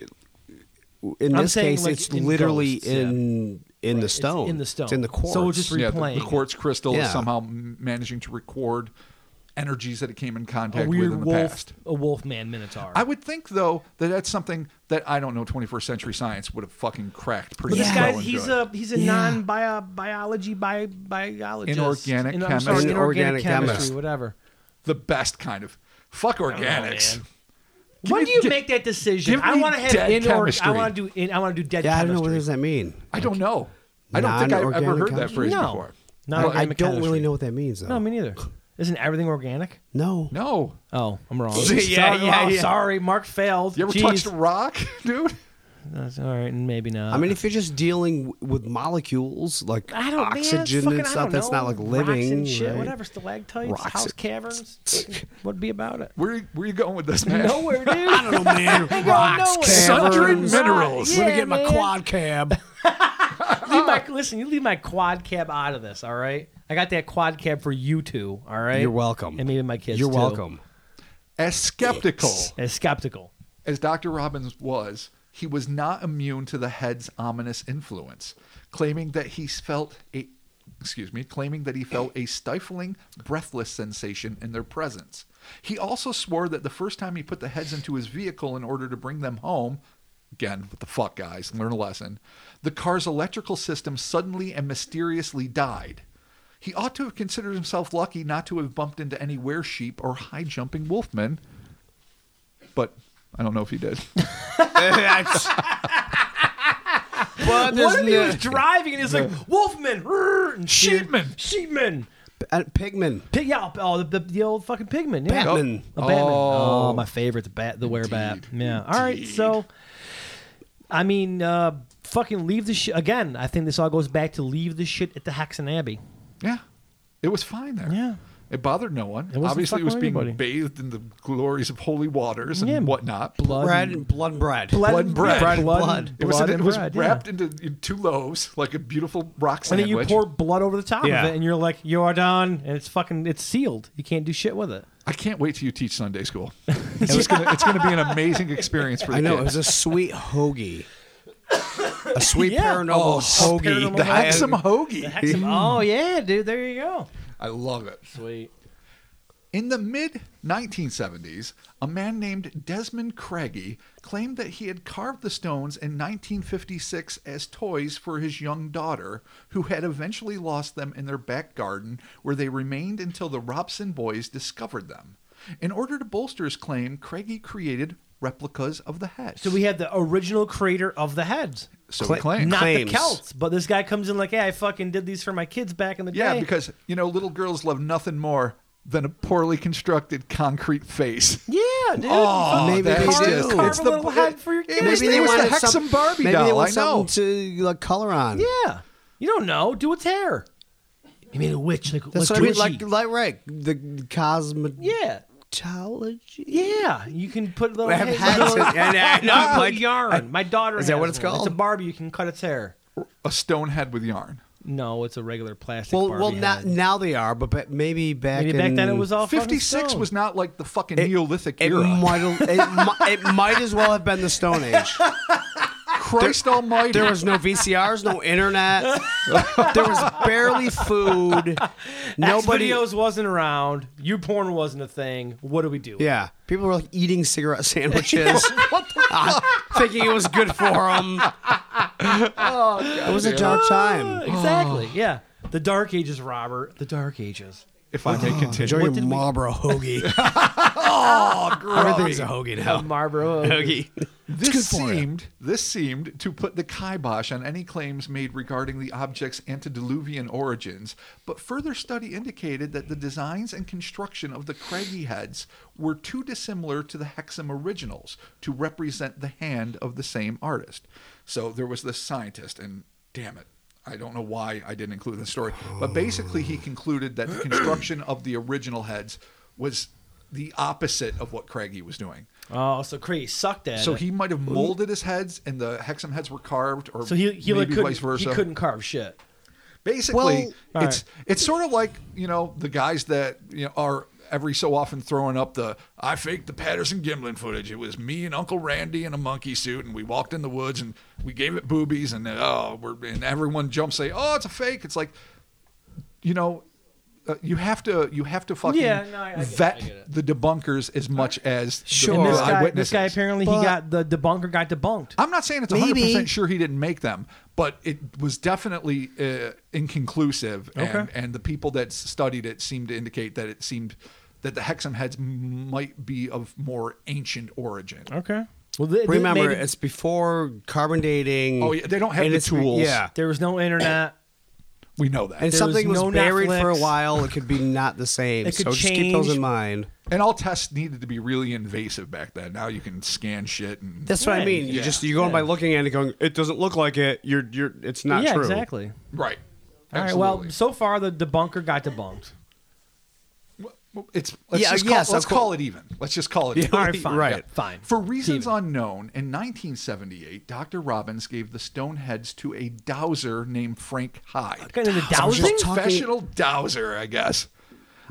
A: In
C: I'm
A: this
C: saying,
A: case,
C: like,
A: it's
C: in
A: literally
C: ghosts, yeah.
A: in in the
C: It's
A: stone.
C: in the stone.
A: It's in the
C: So
A: quartz.
C: it's just re-
B: Yeah, the, the
C: replaying
B: quartz crystal
A: Yeah.
B: is somehow m- managing to record energies that it came in
C: A
B: contact with
C: weird
B: in the
C: wolf,
B: past.
C: a wolf man minotaur.
B: I would think though that that's something that I don't know 21st century science would have fucking cracked pretty
C: But this
B: well
C: guy,
B: and
C: he's
B: good.
C: a he's a
A: Yeah.
C: non bio biology bi biologist,
B: Inorganic
C: In- I'm
B: chemist.
C: sorry,
A: An
C: inorganic
A: organic
C: chemistry,
A: chemist.
C: whatever.
B: the best kind of fuck organics.
C: man.
B: Give
C: When
B: me-
C: do you
B: gi-
C: make that decision?
B: give
C: I
B: me
C: want to have
B: dead
C: inorganic. I
B: chemistry.
C: want to do in, I want to do dead
A: yeah, I don't know what
C: chemistry.
A: does that mean.
B: I don't know. I don't think I've ever
A: Non-organic
B: heard that phrase
C: no,
B: before.
C: not
A: I, I
C: organic
A: don't
C: chemistry.
A: really know what that means though.
C: No, me neither. Isn't everything organic?
A: no.
B: No.
C: Oh, I'm wrong.
A: Yeah,
C: sorry,
A: yeah,
C: wow,
A: yeah.
C: sorry, Mark failed.
B: You ever
C: Jeez.
B: touched a rock, dude?
C: That's all right, and maybe not.
A: I mean, if you're just dealing w- with molecules like
C: I don't man,
A: oxygen
C: fucking,
A: and
C: I
A: stuff,
C: don't
A: that's
C: know.
A: not like
C: Rocks
A: living.
C: and shit,
A: right?
C: whatever. Stalactites,
A: Rocks.
C: house caverns. What'd be about it?
B: Where where you going with this, man?
C: Nowhere, dude.
A: I don't know, man.
C: Rocks,
A: Rocks,
C: caverns.
B: Sundry
A: caverns.
B: minerals.
A: Where
C: Yeah,
A: to get my
C: man.
A: quad cab?
C: leave my listen. You leave my quad cab out of this. All right. I got that quad cab for you two. All right.
A: You're welcome.
C: And maybe my kids.
A: You're
C: too.
A: welcome.
B: As skeptical
C: As skeptical.
B: as Dr. Robbins was, he was not immune to the head's ominous influence, claiming that he felt a excuse me, claiming that he felt a stifling, breathless sensation in their presence. He also swore that the first time he put the heads into his vehicle in order to bring them home, again, what the fuck guys, learn a lesson, the car's electrical system suddenly and mysteriously died. He ought to have considered himself lucky not to have bumped into any were sheep or high jumping wolfman, but I don't know if he did.
A: That's- but there's
C: what if he
A: no-
C: was driving and he's like Wolfman, rrr, and steered-
B: Sheepman.
C: Sheepman.
A: Uh, Pigman.
C: Pig, yeah, oh, the, the, the old fucking pigman. Yeah.
A: Batman.
C: A Batman.
B: Oh.
C: Oh. my favorite, the bat, the wear bat. Yeah. All right, so I mean, uh, fucking leave the shit again. I think this all goes back to leave the shit at the Hexen Abbey.
B: Yeah. It was fine there.
C: Yeah.
B: It bothered no one.
C: wasn't
B: Obviously, it was
C: fucking
B: being
C: anybody.
B: bathed in the glories of holy waters and
C: Yeah.
B: whatnot.
C: Blood,
A: Bread and blood and bread.
B: blood and bread.
A: Bread and
C: blood,
A: blood.
B: It was,
C: blood
B: it
C: and
B: was
C: bread, yeah.
B: wrapped into in two loaves, like a beautiful rock
C: And
B: sandwich.
C: then you pour blood over the top
A: Yeah.
C: of it, and you're like, "You're done," and it's fucking, it's sealed. You can't do shit with it.
B: I can't wait till you teach Sunday school. It's, just gonna, it's gonna be an amazing experience for the
A: I know it
B: kids.
A: was a sweet hoagie, a sweet
C: Yeah.
A: paranormal
B: Oh,
A: hoagie.
B: the
A: I-
B: Hexam hoagie.
C: Hexam- oh yeah, dude, there you go.
B: I love it.
C: Sweet.
B: In the mid 1970s, a man named Desmond Craigie claimed that he had carved the stones in 1956 as toys for his young daughter, who had eventually lost them in their back garden, where they remained until the Robson boys discovered them. In order to bolster his claim, Craigie created replicas of the heads.
C: So we had the original creator of the heads.
B: so
A: Cla-
B: he claimed.
C: not
A: claims.
C: the Celts, but this guy comes in like, "Hey, I fucking did these for my kids back in the
B: yeah,
C: day."
B: because you know little girls love nothing more than a poorly constructed concrete face.
C: yeah, dude.
B: Oh,
A: Maybe
B: that
A: they
B: is
A: do.
B: just-
A: Carve
B: it's
C: a
B: the
C: little head for your
B: it
C: kid.
B: was-
A: Maybe
B: it
A: they
B: was the
A: wanted
B: Hexam
A: some
B: Barbie
A: maybe
B: doll.
A: They want
B: I know.
A: something to like color on.
C: yeah. You don't know. Do its hair. You mean a witch? Like like
A: that's what I mean.
C: witchy.
A: Like, like right, the cosmetology.
C: yeah, yeah. You can put little.
A: I have
C: hey,
A: hats
C: little-
A: and, and, and uh,
C: little
A: I'm like
C: yarn. My daughter
A: Is that
C: has
A: what it's
C: one.
A: called?
C: It's a Barbie. You can cut its hair.
B: A stone head with yarn.
C: No, it's a regular plastic.
A: Well,
C: Barbie
A: well, not,
C: head.
A: now they are, but ba- maybe back
C: Maybe back
A: in-
C: then it was all fucking
B: 56
C: stone.
B: was not like the fucking
A: It-
B: Neolithic
A: It
B: era.
A: might, it, mi- it might as well have been the Stone Age.
B: Christ Almighty.
A: There was no VCRs, no internet. There was barely food. Nobody.
C: X videos wasn't around. You porn wasn't a thing. What do we do?
A: Yeah, people were like eating cigarette sandwiches, uh, thinking it was good for them.
C: Oh,
A: it was a dark time.
C: Exactly. Yeah. The Dark Ages, Robert. The Dark Ages.
B: if I may continue.
A: Enjoy your
C: did we-
A: Marlboro hoagie.
B: Oh,
A: Everything's
B: gross.
A: a hoagie
C: The
A: now.
C: Marlboro.
A: Hoagie.
B: This
A: good for ya.
B: seemed this seemed to put the kibosh on any claims made regarding the object's antediluvian origins, but further study indicated that the designs and construction of the craggy heads were too dissimilar to the Hexam originals to represent the hand of the same artist. So there was this scientist, and damn it, I don't know why I didn't include this story, but basically he concluded that the construction of the original heads was the opposite of what Craigie was doing.
C: Oh, so Cree sucked at
B: So
C: it.
B: he might have molded his heads, and the hexam heads were carved, or
C: so he he like
B: maybe
C: couldn't,
B: vice versa.
C: he couldn't carve shit.
B: Basically,
C: Well-
B: it's it's sort of like you know the guys that you know are every so often throwing up the I faked the Patterson Gimlin footage. It was me and Uncle Randy in a monkey suit, and we walked in the woods and we gave it boobies, and oh, we're and everyone jumps say, oh, it's a fake. It's like, you know. Uh, you have to, you have to fucking
C: Yeah, no, I- I get it, I
B: vet
C: get it.
B: the debunkers as much as
A: Sure.
B: the,
C: And
B: the
C: this guy, this
B: eyewitnesses.
C: guy apparently he got the debunker got debunked.
B: I'm not saying it's 100
A: Maybe.
B: percent sure he didn't make them, but it was definitely uh, inconclusive, and,
C: Okay.
B: and the people that s- studied it seemed to indicate that it seemed that the hexam heads m- might be of more ancient origin.
C: Okay. Well, th- th-
A: Remember,
C: maybe
A: it's before carbon dating.
B: Oh, yeah, they don't have
A: and
B: the
A: it's-
B: tools.
A: Yeah,
C: there was no internet.
B: We know that,
A: and
B: and,
C: There was
A: something was
C: no
A: buried for a
C: Netflix.
A: while. It could be not the same.
C: It could
A: so just keep those
C: change.
A: in mind.
B: all tests needed to be really invasive back then. Now you can scan shit and
A: That's what I
C: Yeah.
A: mean. You
B: Yeah.
A: just you're going by looking at it, going, it doesn't look like it. You're you're. It's not
C: yeah,
A: true.
C: exactly.
B: right.
C: All right.
B: Absolutely.
C: Well, so far the debunker got debunked.
B: It's let's
A: Yeah,
B: just call,
A: yes,
B: let's
A: of cour-
B: call it even. Let's just call it even.
C: All right, fine.
A: Right.
C: Yeah, fine.
B: For reasons
C: Steven.
B: unknown, in 1978, Dr. Robbins gave the Stoneheads to a dowser named Frank Hyde.
C: kind of the
A: I was
C: dowsing.
A: just
B: Professional dowser, I guess.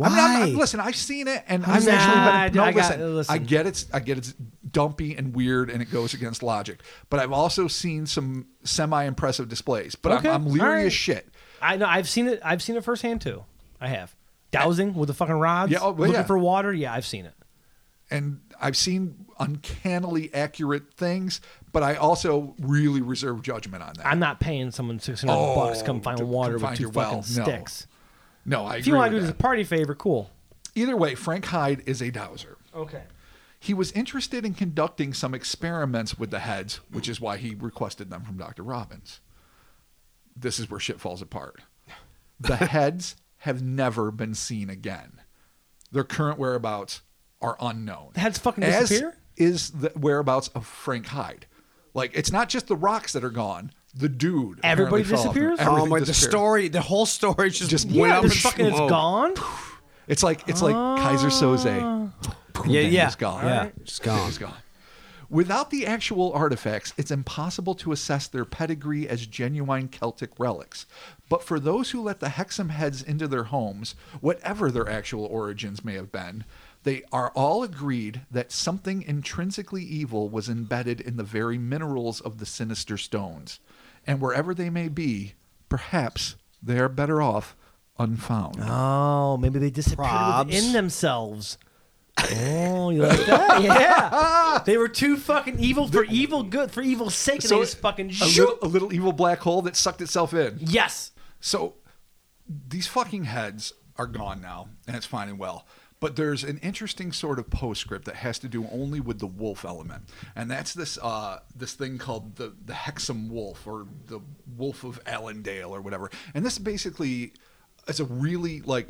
B: I'm not- I'm
A: Why?
B: listen, I've seen it, and I've
C: Nah,
B: actually been. No,
C: I got-
B: listen,
C: listen.
B: I get it's, I get it's dumpy and weird, and it goes against logic. But I've also seen some semi-impressive displays. But
C: Okay,
B: I'm, I'm
C: all
B: leery
C: right.
B: as shit.
C: I know. I've seen it. I've seen it firsthand too. I have dowsing with the fucking rods.
B: Yeah, oh, well,
C: looking
B: yeah.
C: for water. Yeah, I've seen it.
B: and I've seen uncannily accurate things, but I also really reserve judgment on that.
C: I'm not paying someone 600
B: Oh,
C: bucks to come find
B: to come
C: water
B: find
C: with two
B: your well.
C: fucking
B: No.
C: sticks.
B: no, I
C: If
B: agree.
C: you want to do
B: with
C: this as a
B: that.
C: party favor, cool.
B: Either way, Frank Hyde is a dowser.
C: Okay.
B: He was interested in conducting some experiments with the heads, which is why he requested them from Dr. Robbins. This is where shit falls apart. The heads have never been seen again. Their current whereabouts are unknown.
C: The heads fucking
B: as
C: disappear?
B: is the whereabouts of Frank Hyde. Like it's not just the rocks that are gone. The dude.
C: Everybody
B: apparently fell off him.
C: disappears?
A: Oh
B: Everything
A: my! The
B: disappeared.
A: story, the whole story just,
B: Just-
A: went
C: yeah,
A: up
C: this
A: in
C: fucking it's
A: smoke.
C: gone.
B: It's like it's like Kaiser Soze.
A: Oh. Yeah,
B: And
A: yeah,
B: It's gone.
A: yeah, it's gone.
B: It's gone. Without the actual artifacts, it's impossible to assess their pedigree as genuine Celtic relics. But for those who let the Hexam heads into their homes, whatever their actual origins may have been, they are all agreed that something intrinsically evil was embedded in the very minerals of the sinister stones. And wherever they may be, perhaps they are better off unfound.
C: Oh, maybe they disappeared
A: Probs.
C: within themselves. Oh, you like that? Yeah. They were too fucking evil for evil good, for evil's sake, and they just fucking
B: a
C: shoot.
B: little, a little evil black hole that sucked itself in.
C: yes.
B: So these fucking heads are gone now, and it's fine and well. But there's an interesting sort of postscript that has to do only with the wolf element, and that's this uh, this thing called the the Hexam Wolf or the Wolf of Allendale or whatever. And this basically is a really like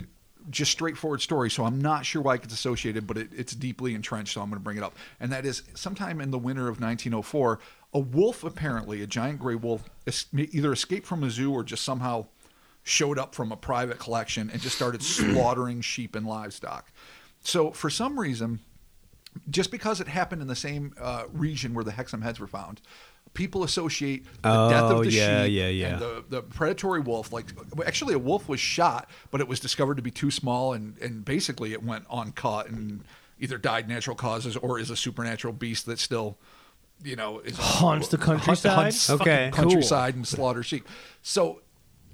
B: just straightforward story, so I'm not sure why it's associated, but it, it's deeply entrenched, so I'm going to bring it up. And that is sometime in the winter of 1904, a wolf apparently, a giant gray wolf, es- either escaped from a zoo or just somehow showed up from a private collection and just started slaughtering sheep and livestock. So for some reason, just because it happened in the same uh, region where the Hexham heads were found, people associate the death
D: Oh,
B: of the
D: yeah,
B: sheep
D: yeah, yeah.
B: and the, the predatory wolf. Like actually, a wolf was shot, but it was discovered to be too small, and and basically it went uncaught and either died natural causes or is a supernatural beast that still. You know, is
C: Haunts the
B: hunt-
C: countryside?
B: hunts fucking
D: Okay. Cool.
B: countryside and slaughter sheep. So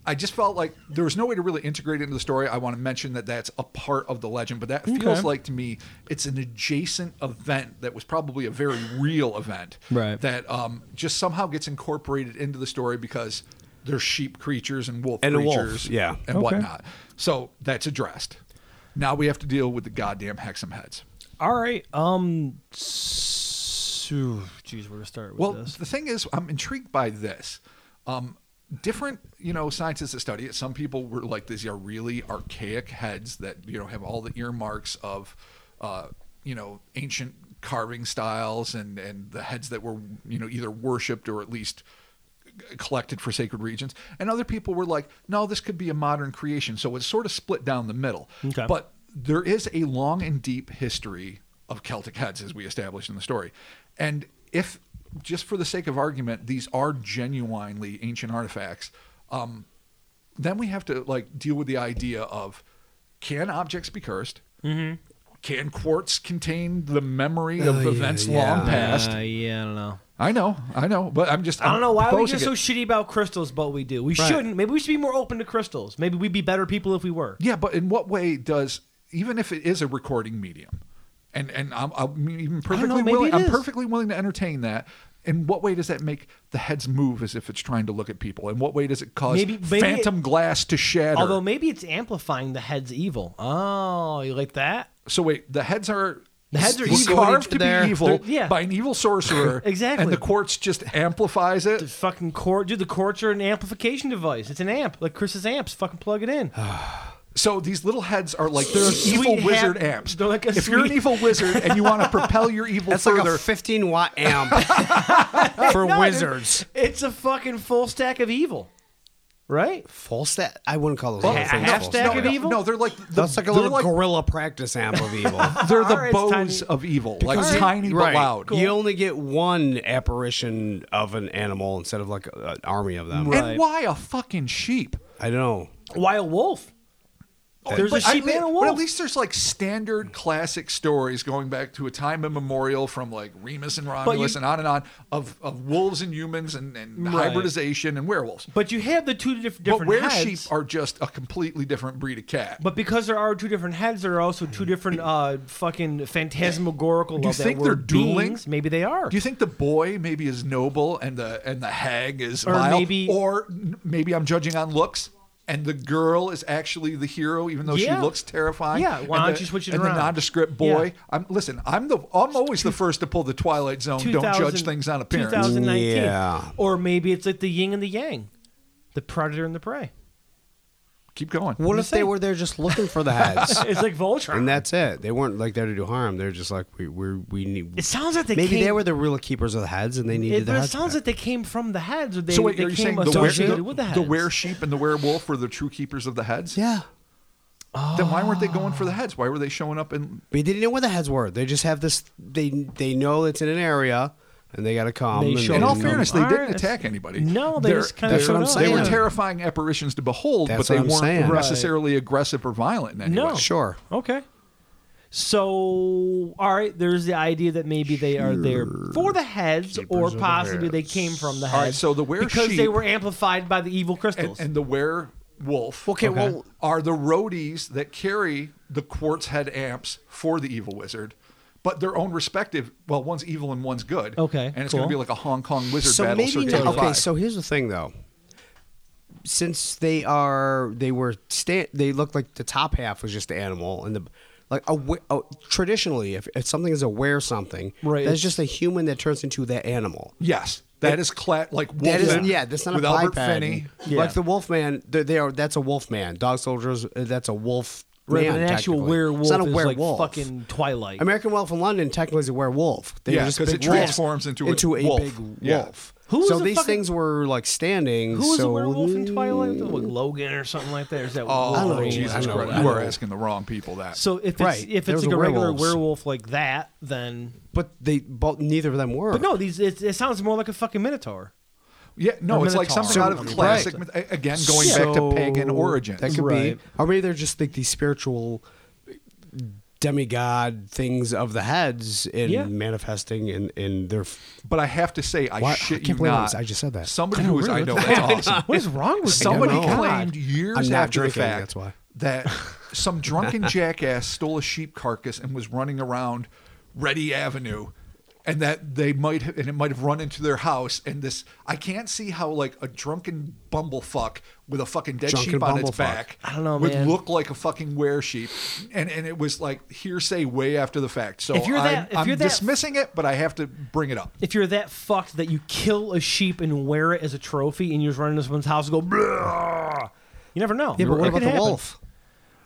B: I just felt like there was no way to really integrate it into the story. I want to mention that that's a part of the legend, but that feels
C: Okay.
B: like to me it's an adjacent event that was probably a very real event
D: Right.
B: that um, just somehow gets incorporated into the story because there's sheep creatures and wolf
D: And a wolf,
B: creatures
D: yeah.
B: and
D: Okay.
B: whatnot. So that's addressed. Now we have to deal with the goddamn Hexam heads.
C: All right. Um. So, geez, where to start with
B: Well,
C: this?
B: the thing is, I'm intrigued by this. Um, different, you know, scientists that study it. Some people were like, these are really archaic heads that you know have all the earmarks of, uh, you know, ancient carving styles and and the heads that were you know either worshipped or at least c- collected for sacred regions. And other people were like, no, this could be a modern creation. So it's sort of split down the middle.
C: Okay.
B: But there is a long and deep history of Celtic heads, as we established in the story. And if, just for the sake of argument, these are genuinely ancient artifacts, um, then we have to like deal with the idea of can objects be cursed? Mm-hmm. Can quartz contain the memory of events long past?
C: Uh, Oh, yeah, I don't know.
B: I know, I know, but I'm just
C: I don't know why we
B: proposing
C: get so
B: it.
C: shitty about crystals, but we do. We shouldn't. Maybe we should be more open to crystals. Maybe we'd be better people if we were.
B: Yeah, but in what way does even if it is a recording medium, and and I'm, I'm even perfectly
C: maybe
B: willing,
C: it
B: I'm
C: is.
B: perfectly willing to entertain that. In what way does that make the heads move as if it's trying to look at people? In what way does it cause
C: Maybe- maybe it-
B: phantom glass to shatter?
C: Although maybe it's amplifying the head's evil. Oh, you like that?
B: so wait, the heads are
C: The heads are
B: were
C: evil.
B: carved to
A: They're-
B: be evil
C: they're- yeah.
B: by an evil sorcerer,
C: Exactly.
B: and the quartz just amplifies
C: The
B: it.
C: fucking cord, dude. The cords are an amplification device. It's an amp, like Chris's amps. Fucking plug it in.
B: So these little heads are like they're
C: Sweet
B: evil
C: hap-
B: wizard amps.
C: they're like a
B: if you're an
C: sweet-
B: evil wizard and you want to propel your evil
A: That's
B: further,
A: like a 15 watt amp for
C: No, dude.
A: wizards.
C: It's a fucking full stack of evil. right?
A: Full stack. I wouldn't call those
C: Well,
A: little things
C: half
A: full
C: stack
A: stack.
C: of
B: no,
C: evil?
B: No, they're like the,
A: That's like a
B: they're
A: little
B: like,
A: gorilla practice amp of evil.
B: They're
C: All
B: the
C: right, it's
B: bows
C: tiny.
B: of evil, like
A: Because you-
B: tiny
A: right.
B: but loud.
A: You only get one apparition of an animal instead of like an army of them.
C: Right.
B: And why a fucking sheep?
A: I know.
C: Why a wolf? There's a
B: But
C: sheep
B: I mean-
C: and a
B: But at
C: wolf.
B: least there's like standard classic stories going back to a time immemorial from like Remus and Romulus
C: you-
B: and on and on of, of wolves and humans and, and
C: Right.
B: hybridization and werewolves.
C: But you have the two diff- different
B: but where
C: heads.
B: sheep are just a completely different breed of cat.
C: but because there are two different heads, there are also two different uh, fucking phantasmagorical.
B: Do you
C: love that
B: think they're
C: word,
B: dueling?
C: beings. Maybe they are.
B: do you think the boy maybe is noble and the and the hag is
C: Or
B: vile,
C: maybe-
B: or maybe I'm judging on looks, and the girl is actually the hero, even though
C: Yeah.
B: she looks terrifying.
C: Yeah, why
B: and
C: don't
B: the-
C: you switch it
B: and
C: around?
B: the nondescript
C: Yeah.
B: boy. I'm listen. I'm the I'm always the first to pull the Twilight Zone. Don't
C: 2000
B: judge things on appearance.
C: 2019.
A: Yeah.
C: Or maybe it's like the yin and the yang, the predator and the prey.
B: Keep going.
A: What if they were there just looking for the heads?
C: It's like Voltron.
A: and that's it. They weren't like there to do harm. They're just like we we we need.
C: it sounds like they
A: Maybe
C: came,
A: they were the real keepers of the heads, and they needed
C: It,
A: the
C: but it
A: heads
C: sounds
A: back.
C: like they came from the heads, or they,
B: so wait,
C: they
B: are you saying
C: came
B: the, were,
C: associated
B: the,
C: with the heads.
B: the were sheep and the werewolf were the true keepers of the heads?
A: yeah.
B: Then why weren't they going for the heads? Why were they showing up in?
A: But they didn't know where the heads were. They just have this. They they know it's in an area, and they got to come.
C: They
A: and
C: show
A: they
B: In all
A: know.
B: fairness, they
C: All
B: didn't
C: right.
B: attack anybody.
C: No, they
B: They're-
C: just kind of
A: that's what
C: showed
A: I'm
C: up.
A: saying.
B: They were
A: Yeah.
B: terrifying apparitions to behold,
A: That's
B: but they
A: what I'm
B: weren't
A: saying. Right.
B: necessarily aggressive or violent in any
C: No.
B: way.
A: sure.
C: Okay. So, all right, there's the idea that maybe they are there for the heads, or
A: of the
C: possibly they came from the heads.
B: right, so the were
C: because they
B: sheep-
C: were amplified by the evil
B: And,
C: crystals.
B: and the werewolf
A: Okay, well-
B: are the roadies that carry the quartz head amps for the evil wizard, but their own respective, well, one's evil and one's good.
C: Okay,
B: And it's
C: cool.
B: going to be like a Hong Kong wizard
A: So
B: battle.
A: maybe
B: circa
A: not. Okay.
B: 85.
A: So here's the thing, though. Since they are, they were sta They looked like the top half was just the animal, and the like. A, we- a, traditionally, if, if something is aware something,
C: Right.
A: that's just a human that turns into that animal.
B: Yes, that is cla- like wolf
A: That is,
B: man
A: yeah, that's not
B: with
A: a
B: Albert
A: biped.
B: Finney.
C: Yeah.
A: Like the Wolfman, they, they are. That's a Wolfman. Dog soldiers. uh, That's a wolf.
C: Right,
A: man,
C: but an actual
A: technically.
C: werewolf
A: It's not a
C: is
A: werewolf.
C: like fucking Twilight.
A: American Wolf in London technically is a werewolf. They
B: Yeah,
A: were just
B: 'cause
A: big
B: it
A: wolves
B: transforms into a
A: into a
B: wolf.
A: big
B: Yeah.
A: wolf.
C: Who was
A: so
C: the
A: these
C: fucking-
A: things were like standing.
C: Who was
A: so
C: a werewolf in Twilight? Like Logan or something like that? Or is that
B: Oh,
C: Wolverine?
A: I
B: Jesus
A: know,
B: Christ.
A: I
B: You
A: know.
B: are asking the wrong people that.
C: So if it's
A: Right,
C: if
A: there
C: it's
A: was
C: like
A: a
C: a regular
A: werewolves.
C: werewolf like that, then
A: But they both neither of them were.
C: but no, these it, it sounds more like a fucking minotaur.
B: yeah, no,
C: Or
B: it's like
C: Minotaur.
B: something
C: So-
B: out of classic. myth- a- Again, going back
A: So
B: to pagan origins.
A: That could
C: Right.
A: be, or maybe they're just like these spiritual demigod things of the heads in
C: Yeah.
A: manifesting in in their. f-
B: But I have to say, I
A: Why- I
B: shit
A: can't
B: you
A: believe I
B: not.
A: was- I just said that.
B: Somebody who is, I know that's awesome.
C: What is wrong with
B: Somebody
A: I don't know.
B: claimed years
A: I'm not
B: after
A: drinking,
B: the fact
A: that's why.
B: that some drunken jackass stole a sheep carcass and was running around Ready Avenue, and that they might have, and it might have run into their house. And this, I can't see how like a drunken bumblefuck with a fucking dead
A: Drunken
B: sheep on its
A: bumblefuck.
B: back
C: I don't know,
B: would
C: man.
B: look like a fucking were sheep. And and it was like hearsay way after the fact. So
C: If you're
B: I'm,
C: that- if
B: I'm
C: you're that-
B: dismissing it, but I have to bring it up.
C: If you're that fucked that you kill a sheep and wear it as a trophy and you just run into someone's house and go, Bleh! you never know.
A: Yeah, but
C: It
A: what
C: could
A: about the
C: happen.
A: wolf?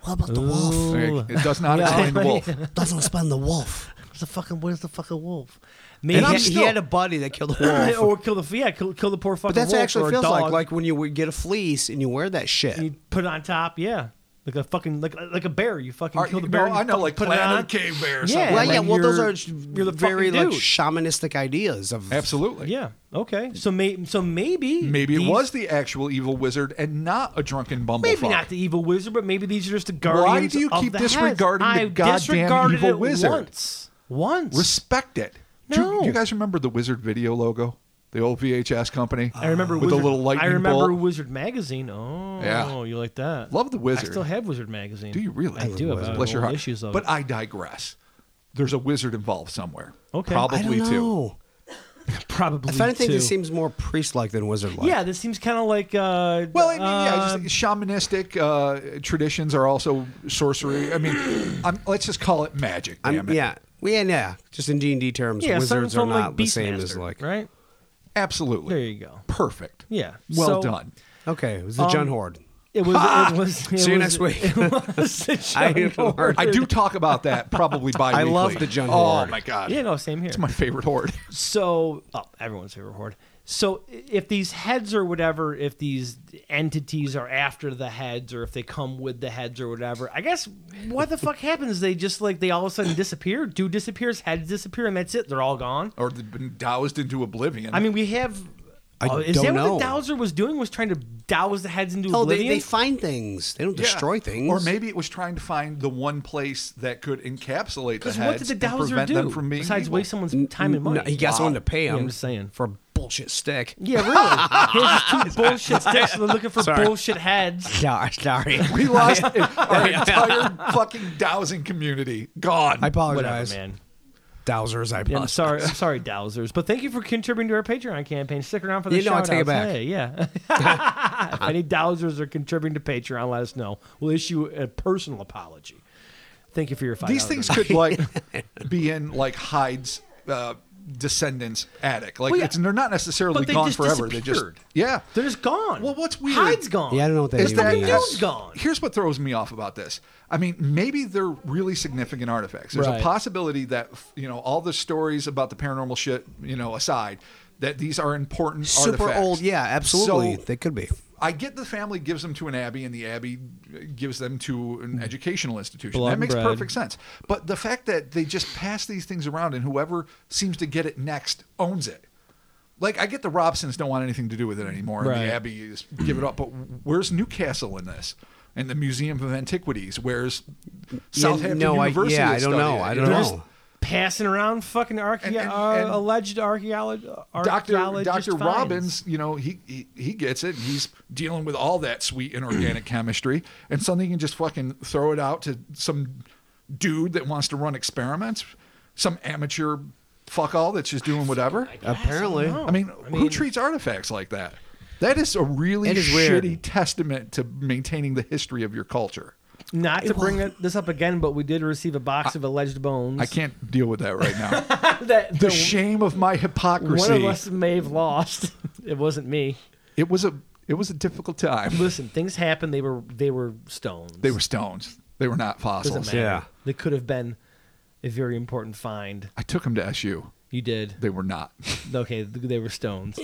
A: What about the wolf?
C: Ooh.
B: It does not explain the wolf.
A: Doesn't spend the wolf.
C: It's a fucking where's the fucking wolf?
A: And
C: Maybe
A: he,
B: I'm
A: he
B: still-
A: had a buddy that killed a wolf.
C: or kill the yeah, kill, kill the poor fucking.
A: But that's
C: wolf
A: what actually
C: or a
A: feels
C: dog
A: like like when you would get a fleece and you wear that shit.
C: and you put it on top, yeah, like a fucking like like a bear. You fucking
B: All right,
C: kill the
B: no,
C: bear. and you
B: I know,
C: fucking
B: like
C: put it
B: Planet
C: on.
B: Cave Bear or
C: Yeah.
B: something
A: well,
B: like
A: yeah,
C: like
A: well, those
C: you're-
A: are
C: you're the
A: very
C: fucking
A: like
C: dude.
A: shamanistic ideas of
B: Absolutely.
C: Yeah. Okay. So may, so maybe
B: Maybe it
C: these-
B: was the actual evil wizard and not a drunken bumblefuck.
C: maybe not the evil wizard, but maybe these are just the guardians.
B: do you
C: of
B: keep
C: the heads.
B: disregarding the
C: I
B: goddamn
C: disregarded
B: evil
C: it
B: wizard?
C: Once, once.
B: Respect it. Do, you-
C: No.
B: do you guys remember the wizard video logo? The old VHS company.
C: I remember
B: with
C: Wizard,
B: the little lightning
C: I remember
B: bolt.
C: Wizard magazine. Oh,
B: Yeah.
C: you like that?
B: Love the Wizard.
C: I still have Wizard magazine.
B: do you really?
C: I do. I've got
B: Bless your
C: old
B: heart.
C: Issues of
B: but
C: it.
B: I digress. There's a wizard involved somewhere.
C: Okay.
A: I
B: Probably
A: don't
B: too.
A: know.
C: probably.
A: If anything,
C: too.
A: this seems more priest-like than wizard-like.
C: Yeah, this seems kind of like. Uh,
B: Well, I mean, yeah,
C: um,
B: just shamanistic uh, traditions are also sorcery. I mean, I'm, let's just call it magic.
A: I'm,
B: damn it.
A: yeah, Well, yeah, yeah. Just in D and D terms,
C: yeah, something
A: wizards are
C: from,
A: not
C: like
A: the same
C: Beastmaster,
A: as like.
C: right.
B: absolutely.
C: There you go.
B: Perfect.
C: Yeah. So-
B: Well done.
A: Okay, it was the Jun Horde.
C: It was. It was it
A: See you
C: was-
A: next week.
C: It was the
A: I-
C: jungle horde.
B: I do talk about that probably by
A: I love the jungle
B: Oh
A: horde.
B: my god.
C: Yeah, no, same here.
B: It's my favorite horde.
C: So, oh, everyone's favorite horde. So if these heads or whatever, if these entities are after the heads or if they come with the heads or whatever, I guess what the fuck happens? They just like they all of a sudden disappear. Dude disappears, heads disappear, and that's it. They're all gone.
B: or they've been doused into oblivion.
C: I mean, we have.
A: I
C: oh, is
A: don't
C: that
A: know.
C: what the Dowser was doing? Was trying to douse the heads into
A: Oh, they,
C: oblivion?
A: they find things. They don't
B: Yeah.
A: destroy things.
B: Or maybe it was trying to find the one place that could encapsulate the
C: Because
B: heads
C: what did the
B: and
C: Dowser
B: prevent them
C: do
B: from being
C: besides
B: evil.
C: waste someone's time and money?
A: No, he got someone to pay
C: Yeah,
A: him.
C: I'm just saying.
A: for a bullshit stick.
C: Yeah, really. Here's just two bullshit sticks. and They're looking for
A: Sorry.
C: bullshit heads.
A: Yeah, sorry.
B: We lost our entire fucking dowsing community. Gone.
A: I apologize,
C: Whatever, man.
A: Dowsers.
C: Yeah,
A: I
C: I'm
A: apologize.
C: sorry. I'm sorry, Dowsers. But thank you for contributing to our Patreon campaign. Stick around for the
A: You know, I
C: shout-outs.
A: take it back.
C: Hey, yeah. if any Dowsers are contributing to Patreon, let us know. We'll issue a personal apology. Thank you for your five.
B: These things could like be in like Hyde's uh, descendants' attic. Like
C: Well, yeah.
B: it's, they're not necessarily
C: But they
B: gone
C: just
B: forever. They just
C: disappeared.
B: yeah.
C: They're just gone.
B: Well, what's weird-
C: Hyde's gone.
A: Yeah, I don't know what that
B: Is
A: even
B: that-
A: means.
C: Dude's gone.
B: Here's what throws me off about this. I mean, maybe they're really significant artifacts. There's
C: Right.
B: a possibility that you know all the stories about the paranormal shit, you know, aside, that these are important
A: Super
B: artifacts.
A: old. Yeah, absolutely.
B: So
A: they could be.
B: I get the family gives them to an abbey, and the abbey gives them to an educational institution.
C: Hmm. Blood
B: that
C: and
B: makes
C: bread.
B: perfect sense. But the fact that they just pass these things around, and whoever seems to get it next owns it. Like I get the Robsons don't want anything to do with it anymore, and
C: Right.
B: the abbey is give it up. But where's Newcastle in this? And the Museum of Antiquities. Where's Southampton
A: no, I-
B: University?
A: yeah,
B: is
A: I don't
B: studying
A: know.
B: it,
A: I
B: you
A: don't
C: They're
A: know.
C: just passing around fucking archae-
B: And- and-
C: uh,
B: and-
C: alleged archaeolog-
B: Doctor
C: archaeologist
B: Doctor
C: finds.
B: Robbins, you know, he, he he gets it. He's dealing with all that sweet inorganic chemistry, and suddenly you can just fucking throw it out to some dude that wants to run experiments, some amateur fuck all that's just doing whatever. I,
A: Apparently,
C: know.
B: mean,
C: I
B: who
C: mean-
B: treats artifacts like that? That is a really
A: It is
B: shitty
A: weird.
B: testament to maintaining the history of your culture.
C: Not to bring it- this up again, but we did receive a box of alleged bones.
B: I can't deal with that right now.
C: that
B: the
C: that
B: shame of my
C: one of
B: hypocrisy.
C: us may have lost. It wasn't me.
B: It was a it was a difficult time.
C: Listen, things happened. They were they were stones.
B: They were stones. They were not
C: Doesn't
B: fossils.
C: matter.
A: Yeah.
C: They could have been a very important find.
B: I took them to SU.
C: You did.
B: They were not.
C: Okay, th- they were stones.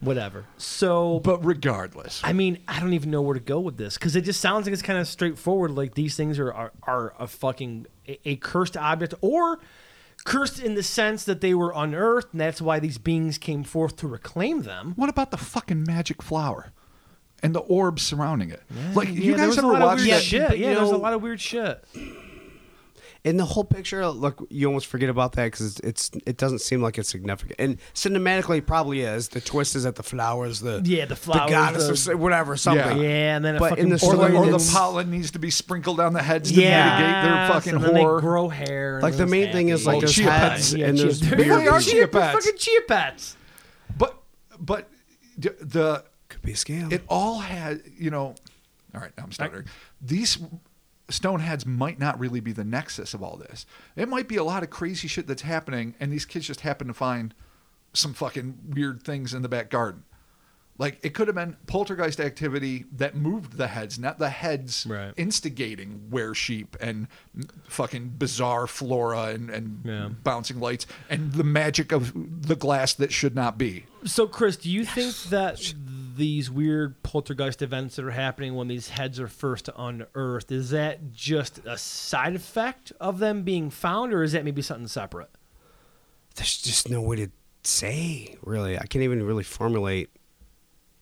C: Whatever. So,
B: But regardless,
C: I mean, I don't even know where to go with this because it just sounds like it's kind of straightforward. Like these things are are, are a fucking a, a cursed object, or cursed in the sense that they were unearthed, and that's why these beings came forth to reclaim them.
B: what about the fucking magic flower and the orbs surrounding it? like you
C: there
B: guys
C: was a
B: ever
C: lot of
B: watched
C: weird
A: Yeah,
B: that?
C: shit?
A: but,
C: Yeah,
A: you
C: there's a
A: know-
C: lot of weird shit.
A: in the whole picture, look, you almost forget about that because it's, it's it doesn't seem like it's significant. And cinematically, it probably is. The twist is that the flowers, the
C: Yeah, the flowers,
A: the goddess,
C: the-
A: or so- whatever, something.
C: Yeah, and then a
A: But
C: fucking
A: in the
B: Or the,
A: story,
B: or the
A: it's-
B: pollen needs to be sprinkled on the heads to mitigate their
C: Yeah,
B: fucking
C: and then they
B: horror.
C: grow hair. and
A: Like, the
C: everyone's
A: main thing is,
C: happy.
A: like,
B: Oh, there's chia heads
A: pets. and there's
C: chia-
A: beards.
C: They are chia-
B: Chia pets.
C: Fucking chia pets.
B: but but d- the
A: could be a scam.
B: it all had you know. All right, now I'm stuttering. These stoneheads might not really be the nexus of all this. It might be a lot of crazy shit that's happening, and these kids just happen to find some fucking weird things in the back garden. Like it could have been poltergeist activity that moved the heads, not the heads
C: Right.
B: instigating were sheep and fucking bizarre flora and, and
C: Yeah.
B: bouncing lights and the magic of the glass that should not be.
C: So, Chris, do you think that these weird poltergeist events that are happening when these heads are first unearthed is that just a side effect of them being found, or is that maybe something separate?
A: There's just no way to say. Really, I can't even really formulate.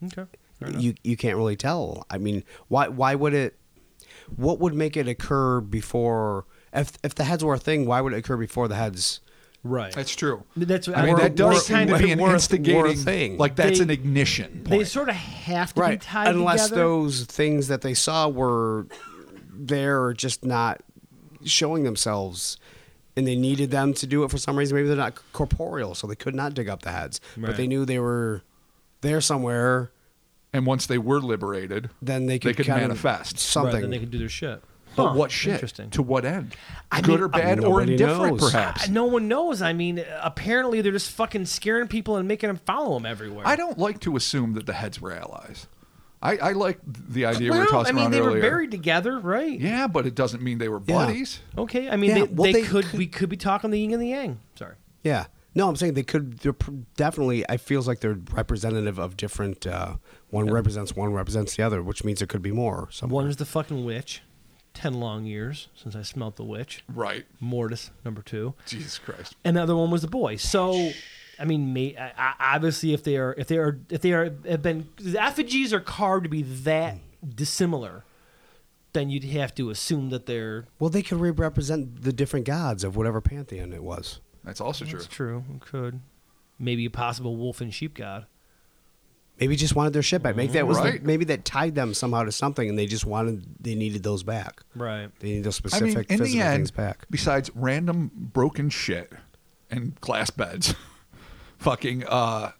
C: Okay.
A: You you can't really tell. I mean, why why would it? What would make it occur before? If if the heads were a thing, why would it occur before the heads?
C: Right.
B: That's true.
C: That's what
B: I mean,
C: they
B: that does
C: kind
B: seem to
C: of-
B: be an
A: worth- worth
B: instigating
A: thing.
B: Like that's
C: They-
B: an ignition point.
C: They sort of have to be tied
A: unless
C: together.
A: those things that they saw were there or just not showing themselves and they needed them to do it for some reason maybe they're not corporeal so they could not dig up the heads
C: Right.
A: but they knew they were there somewhere
B: and once they were liberated,
A: then they could,
B: they could
A: kind of-
B: manifest.
A: something
C: Right, then they can do their shit.
B: but
C: Huh,
B: what shit?
C: Interesting.
B: To what end?
C: I
B: Good
C: mean,
B: or bad or
A: nobody
B: indifferent,
A: knows.
B: perhaps.
C: Uh, no one knows. I mean, apparently they're just fucking scaring people and making them follow them everywhere.
B: I don't like to assume that the heads were allies. I, I like the idea we were
C: Well, I
B: tossing
C: mean,
B: around
C: they
B: earlier.
C: were buried together, right?
B: yeah, but it doesn't mean they were
A: Yeah.
B: buddies.
C: Okay. I mean,
A: Yeah,
C: they,
A: well,
C: they,
A: they
C: could,
A: could-
C: we could be talking the yin and the yang. Sorry.
A: yeah No, I'm saying they could. They're pr- definitely. I feels like they're representative of different. Uh, one represents one, represents the other, which means it could be more. Somewhere.
C: One is the fucking witch. Ten long years since I smelt the witch.
B: Right.
C: Mortis number two.
B: Jesus Christ.
C: and the other one was the boy. So, I mean, may, I, I- obviously, if they are, if they are, if they are, have been the effigies are carved to be that dissimilar, then you'd have to assume that they're.
A: Well, they could re- represent the different gods of whatever pantheon it was.
B: That's also true.
C: That's true. It could maybe a possible wolf and sheep god.
A: Maybe just wanted their shit back. Maybe that was the-
B: Right.
A: maybe that tied them somehow to something, and they just wanted they needed those back.
C: Right.
A: They need those
B: I mean,
A: specific
B: in the
A: physical
B: end,
A: things back.
B: besides random broken shit and glass beds, fucking, uh,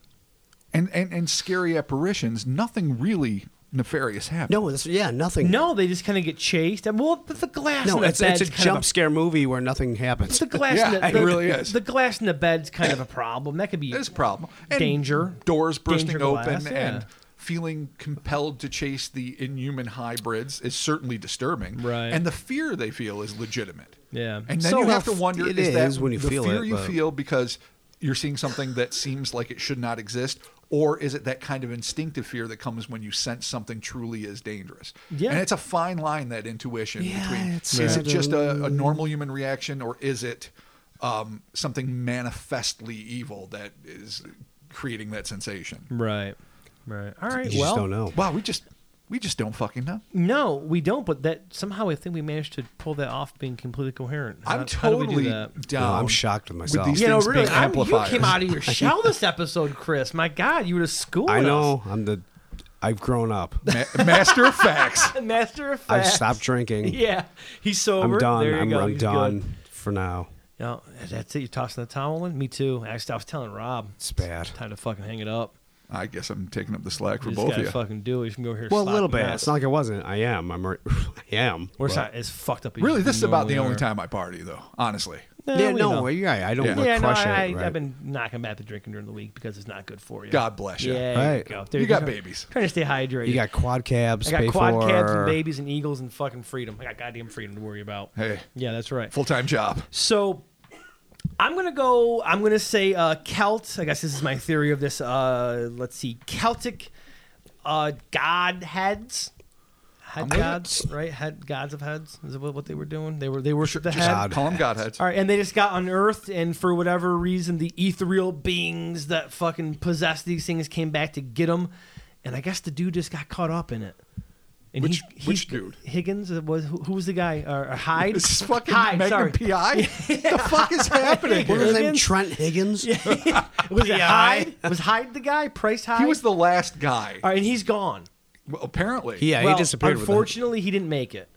B: and, and, and scary apparitions, nothing really nefarious happened.
A: No, that's, yeah, nothing.
C: No, they just kind of get chased. And well, the, the glass.
A: no,
C: in the
A: it's, it's a
C: bed's kind of
A: jump scare movie where nothing happens.
C: The glass. in
B: Yeah,
C: the,
B: it
C: the-
B: really is.
C: The glass in the bed's kind of a problem. That could be.
B: There's a problem. And
C: Danger.
B: Doors bursting
C: Danger
B: open
C: glass, yeah.
B: and feeling compelled to chase the inhuman hybrids is certainly disturbing.
C: Right.
B: And the fear they feel is legitimate.
C: Yeah.
B: And then
A: So
B: you have
A: how
B: to
A: f-
B: wonder
A: it
B: is, that
A: is when you
B: the
A: feel
B: fear
A: it,
B: you
A: but-
B: feel because you're seeing something that seems like it should not exist? Or is it that kind of instinctive fear that comes when you sense something truly is dangerous?
C: Yeah.
B: And it's a fine line, that intuition
A: Yeah,
B: between
A: it's
B: is it
A: sort of-
B: just a, a normal human reaction or is it um, something manifestly evil that is creating that sensation?
C: Right. Right. All right.
A: you
C: well,
A: just don't know.
B: Wow, we just we just don't fucking know.
C: No, we don't. But that somehow I think we managed to pull that off, being completely coherent. How,
B: I'm
C: how do we do
B: totally
C: that?
B: down.
A: No, I'm shocked with myself.
B: these
C: You know,
B: things
C: really,
B: being
C: I'm, you
B: amplifiers.
C: came out of your shell this episode, Chris. My God, you were to school.
A: I know. I'm the. I've grown up.
B: Ma- master of facts.
C: Master of
A: I've
C: facts.
A: stopped drinking.
C: Yeah, he's sober.
A: I'm done.
C: There you
A: I'm,
C: go.
A: I'm
C: He's
A: done
C: Good.
A: for now.
C: No, that's it. You're tossing the towel in. Me too. Actually, I was telling Rob.
A: It's bad.
C: Time to fucking hang it up.
B: I guess I'm taking up the slack for
C: You just
B: both
C: gotta
B: of you.
C: fucking do it. You can go here.
A: Well, a little
C: sloppy
A: bit.
C: mess.
A: It's not like I wasn't. I am. I'm. Re- I am.
C: We're
A: but-
C: not as fucked up. as
B: Really,
C: you
B: this is about the
C: normally
B: only
C: are.
B: time I party, though. Honestly,
C: Eh,
A: Yeah.
C: we
A: No.
C: know.
A: well, You're right. I don't
B: Yeah.
A: like
C: Yeah, no,
A: crush
C: I,
A: it. Right.
C: I've been knocking back the drinking during the week because it's not good for you.
B: God bless you.
C: Yeah, you
A: Right.
C: go. There
B: You
C: go.
B: got babies.
C: Trying to stay hydrated.
A: you got quad cabs.
C: I got
A: pay
C: quad
A: for,
C: cabs and babies and eagles and fucking freedom. I got goddamn freedom to worry about.
B: Hey.
C: Yeah, that's right.
B: full time job.
C: So I'm gonna go. I'm gonna say uh, Celt. I guess this is my theory of this. Uh, let's see, Celtic uh, godheads. Head
B: with it.
C: gods, right? Head gods of heads is what what they were doing. They were they worshipped the
B: Just
C: head.
B: call them godheads.
C: All right, and they just got unearthed, and for whatever reason, the ethereal beings that fucking possess these things came back to get them, and I guess the dude just got caught up in it. And
B: Which-
C: he, he-
B: which dude?
C: Higgins uh, was who, who was the guy? Or uh, Hyde?
B: This is fucking
C: Hyde. sorry,
B: Magnum PI. The fuck is happening?
A: What
B: here?
A: was his name?
C: Higgins?
A: Trent Higgins.
C: was it
A: PI?
C: Hyde? Was Hyde the guy? Price Hyde.
B: He was the last guy.
C: All right, and he's gone.
B: Well, apparently.
A: Yeah,
C: Well,
A: he disappeared. with it.
C: Unfortunately, he didn't make it.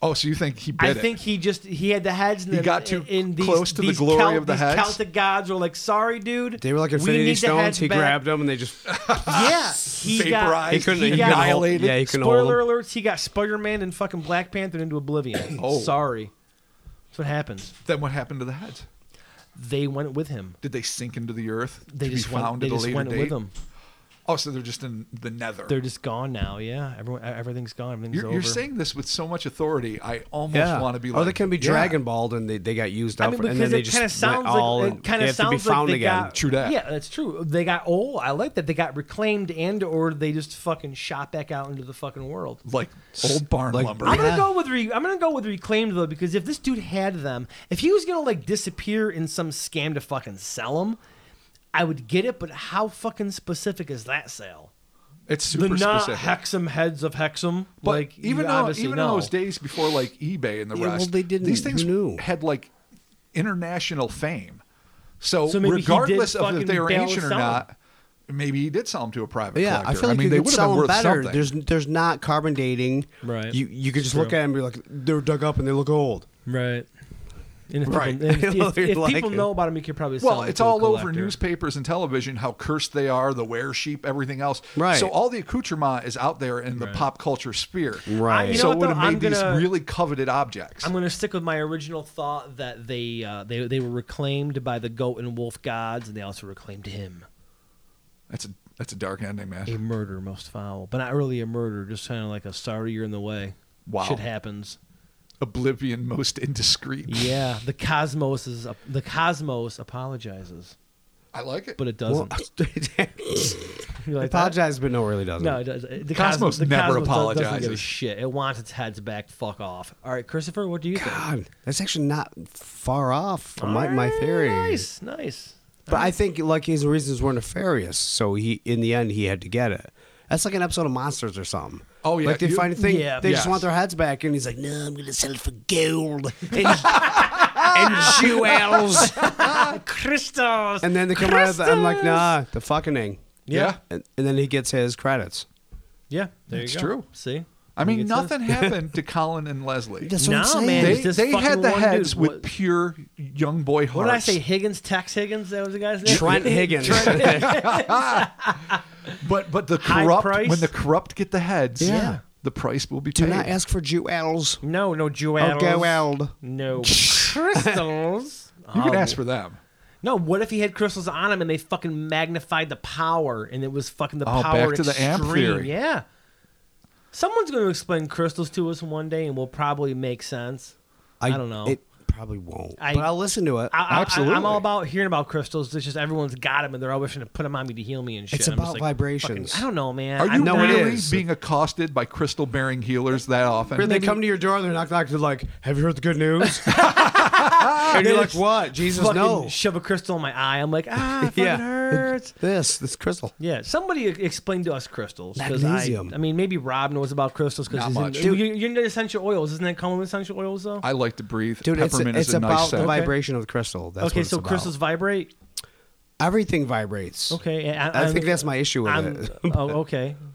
B: Oh, so you think he bit
C: I
B: it?
C: think he just he had the heads. And
B: He
C: then
B: got too
C: in these,
B: close to the
C: these
B: glory
C: Celt-
B: of the
C: these
B: heads?
C: Celtic gods were like, "Sorry, dude."
A: They were like
C: we need
A: Infinity
C: the
A: Stones.
C: heads
A: He
C: back."
A: grabbed them and they just.
C: Yeah, he got
B: Vaporized. He couldn't-
A: he
C: got,
A: couldn't hold- yeah, he couldn't hold
C: spoiler alerts. He got Spider Man and fucking Black Panther into oblivion.
B: Oh.
C: sorry. That's what happens.
B: then what happened to the heads?
C: They went with him.
B: Did they sink into the earth?
C: They
B: to
C: just
B: be
C: went.
B: found
C: they
B: at a
C: just
B: later
C: went
B: date?
C: with him.
B: Oh, so they're just in the nether.
C: They're just gone now. Yeah, everyone, everything's gone. Everything's
B: you're,
C: over.
B: you're saying this with so much authority. I almost
A: Yeah.
B: want to be like.
A: or Oh, they can be
B: yeah.
A: Dragon Balled and they, they got used up
C: I mean, because
A: and then they
C: it
A: just
C: kind of sounds
A: went all
C: like
A: and
C: it kind
A: they
C: of
A: have to be
C: sounds
A: found
C: like they
A: again.
C: got
B: True dat.
C: Yeah, that's true. They got old. I like that. They got reclaimed and or they just fucking shot back out into the fucking world.
B: Like old barn
A: Like-
B: lumber.
C: I'm
A: Yeah.
C: gonna go with re- I'm gonna go with reclaimed though because if this dude had them, if he was gonna like disappear in some scam to fucking sell them, I would get it. But how fucking specific is that sale?
B: It's super
C: the not
B: specific.
C: Hexam heads of Hexam.
B: But
C: like you
B: even though,
C: obviously
B: even in
C: know.
B: those days before like eBay and the
A: Yeah,
B: rest,
A: well, they didn't-
B: these things
A: who knew?
B: had like international fame. So,
C: So maybe he did
B: regardless of if
C: fucking
B: they were
C: bail
B: ancient or
C: sell 'em.
B: not, maybe he did sell them to a private
A: Yeah,
B: collector.
A: I feel
B: I
A: like
B: mean,
A: you
B: they
A: could
B: would
A: sell
B: have been
A: 'em
B: worth
A: better.
B: something.
A: There's there's not carbon dating.
C: Right.
A: You you could just
C: True.
A: look at 'em and be like, they're dug up and they look old.
C: right? And if
A: Right.
C: people, and if, if-
A: You're
C: if
A: like-
C: people know about him, you could probably sell
B: well,
C: 'em
B: it's
C: to a
B: all over
C: collector.
B: newspapers and television how cursed they are, the wear sheep, everything else.
A: Right.
B: So all the accoutrement is out there in the pop culture sphere.
A: Right. You know
B: so
C: what,
B: it would
C: though?
B: have made
C: I'm gonna-
B: these really coveted objects.
C: I'm going to stick with my original thought that they uh, they they were reclaimed by the goat and wolf gods, and they also reclaimed him.
B: that's a that's a dark ending, man.
C: A murder most foul, but not really a murder, just kind of like a sorry you're in the way.
B: Wow.
C: shit happens.
B: Oblivion most indiscreet.
C: Yeah, the cosmos is the cosmos apologizes.
B: I like it.
C: but it doesn't. You like that?
A: Apologize, but no, it really doesn't.
C: No, it doesn't. The
B: Cosmos
C: the Cosmos does- Doesn't
B: never
C: give a
B: apologizes.
C: shit. It wants its heads back. Fuck off. All right, Christopher, what do you think?
A: God, that's actually not far off from
C: All
A: my, my
C: right,
A: theory.
C: Nice, nice.
A: But I think like his reasons were nefarious, so he in the end he had to get it. That's like an episode of Monsters or something.
B: Oh, yeah,
A: like they
B: you-
A: find a thing,
C: Yeah.
A: they
B: Yes.
A: just want their heads back, and he's like, "No, I'm gonna sell it for gold and, and jewels,
C: Christos.
A: and then they come out. Of the, I'm like, "Nah, the fucking thing."
B: Yeah.
A: and, and then he gets his credits.
C: yeah, there
B: It's
C: you go.
B: true.
C: See,
B: I mean,
C: It's us.
B: nothing happened to Colin and Leslie.
A: That's
C: No,
A: what I'm saying.
C: man,
B: They,
C: it's just
B: they
C: fucking
B: had the
C: one
B: heads
C: dude.
B: with
C: What-
B: pure young boy hearts.
C: What did I say? Higgins, Tex Higgins. That was the guy's name.
A: Trent Higgins.
B: But but the
C: High
B: corrupt
C: price?
B: when the corrupt get the heads,
A: Yeah.
B: the price will be
A: Do
B: paid.
A: not ask for jewels.
C: No, no, Joel.
A: Oh, gold.
C: No crystals.
B: You can
C: Oh.
B: ask for them.
C: No, what if he had crystals on him and they fucking magnified the power and it was fucking the
B: Oh,
C: power
B: back to the amp
C: extreme?
B: theory.
C: Yeah. Someone's going to explain crystals to us one day and will probably make sense. I, don't know.
A: It probably won't,
C: I-
A: but I'll listen to it.
C: I, I, I, am
B: Absolutely.
C: all about hearing about crystals. It's just everyone's got them and they're all wishing to put them on me to heal me and shit.
A: it's
C: I'm
A: about
C: just like,
A: vibrations.
C: I don't know, man.
B: Are
C: I
B: you
A: know it
B: really
A: is.
B: being accosted by crystal bearing healers that often?
A: Or they come to your door, they're knock knock, they're like, "Have you heard the good news?" and you're like, "What? Jesus,
C: fucking
A: no!"
C: shove a crystal in my eye. I'm like, ah, it fucking
A: Yeah.
C: hurts.
A: This, this crystal.
C: Yeah, somebody ex- explain to us crystals. 'cause
A: Magnesium.
C: I, I mean, maybe Rob knows about crystals because
B: Not
C: he's
B: much.
C: in,
B: Dude.
C: you, you're into essential oils. Isn't that common with essential oils though?
B: I like to breathe.
A: Dude, it's,
B: Peppermint
A: it's
B: is a
A: about
B: nice
A: the
B: scent.
A: vibration of the crystal. That's
C: okay,
A: what it's
C: so
A: about.
C: crystals vibrate.
A: everything vibrates.
C: Okay, I,
A: I think that's my issue with
C: I'm-
A: it.
C: oh, okay.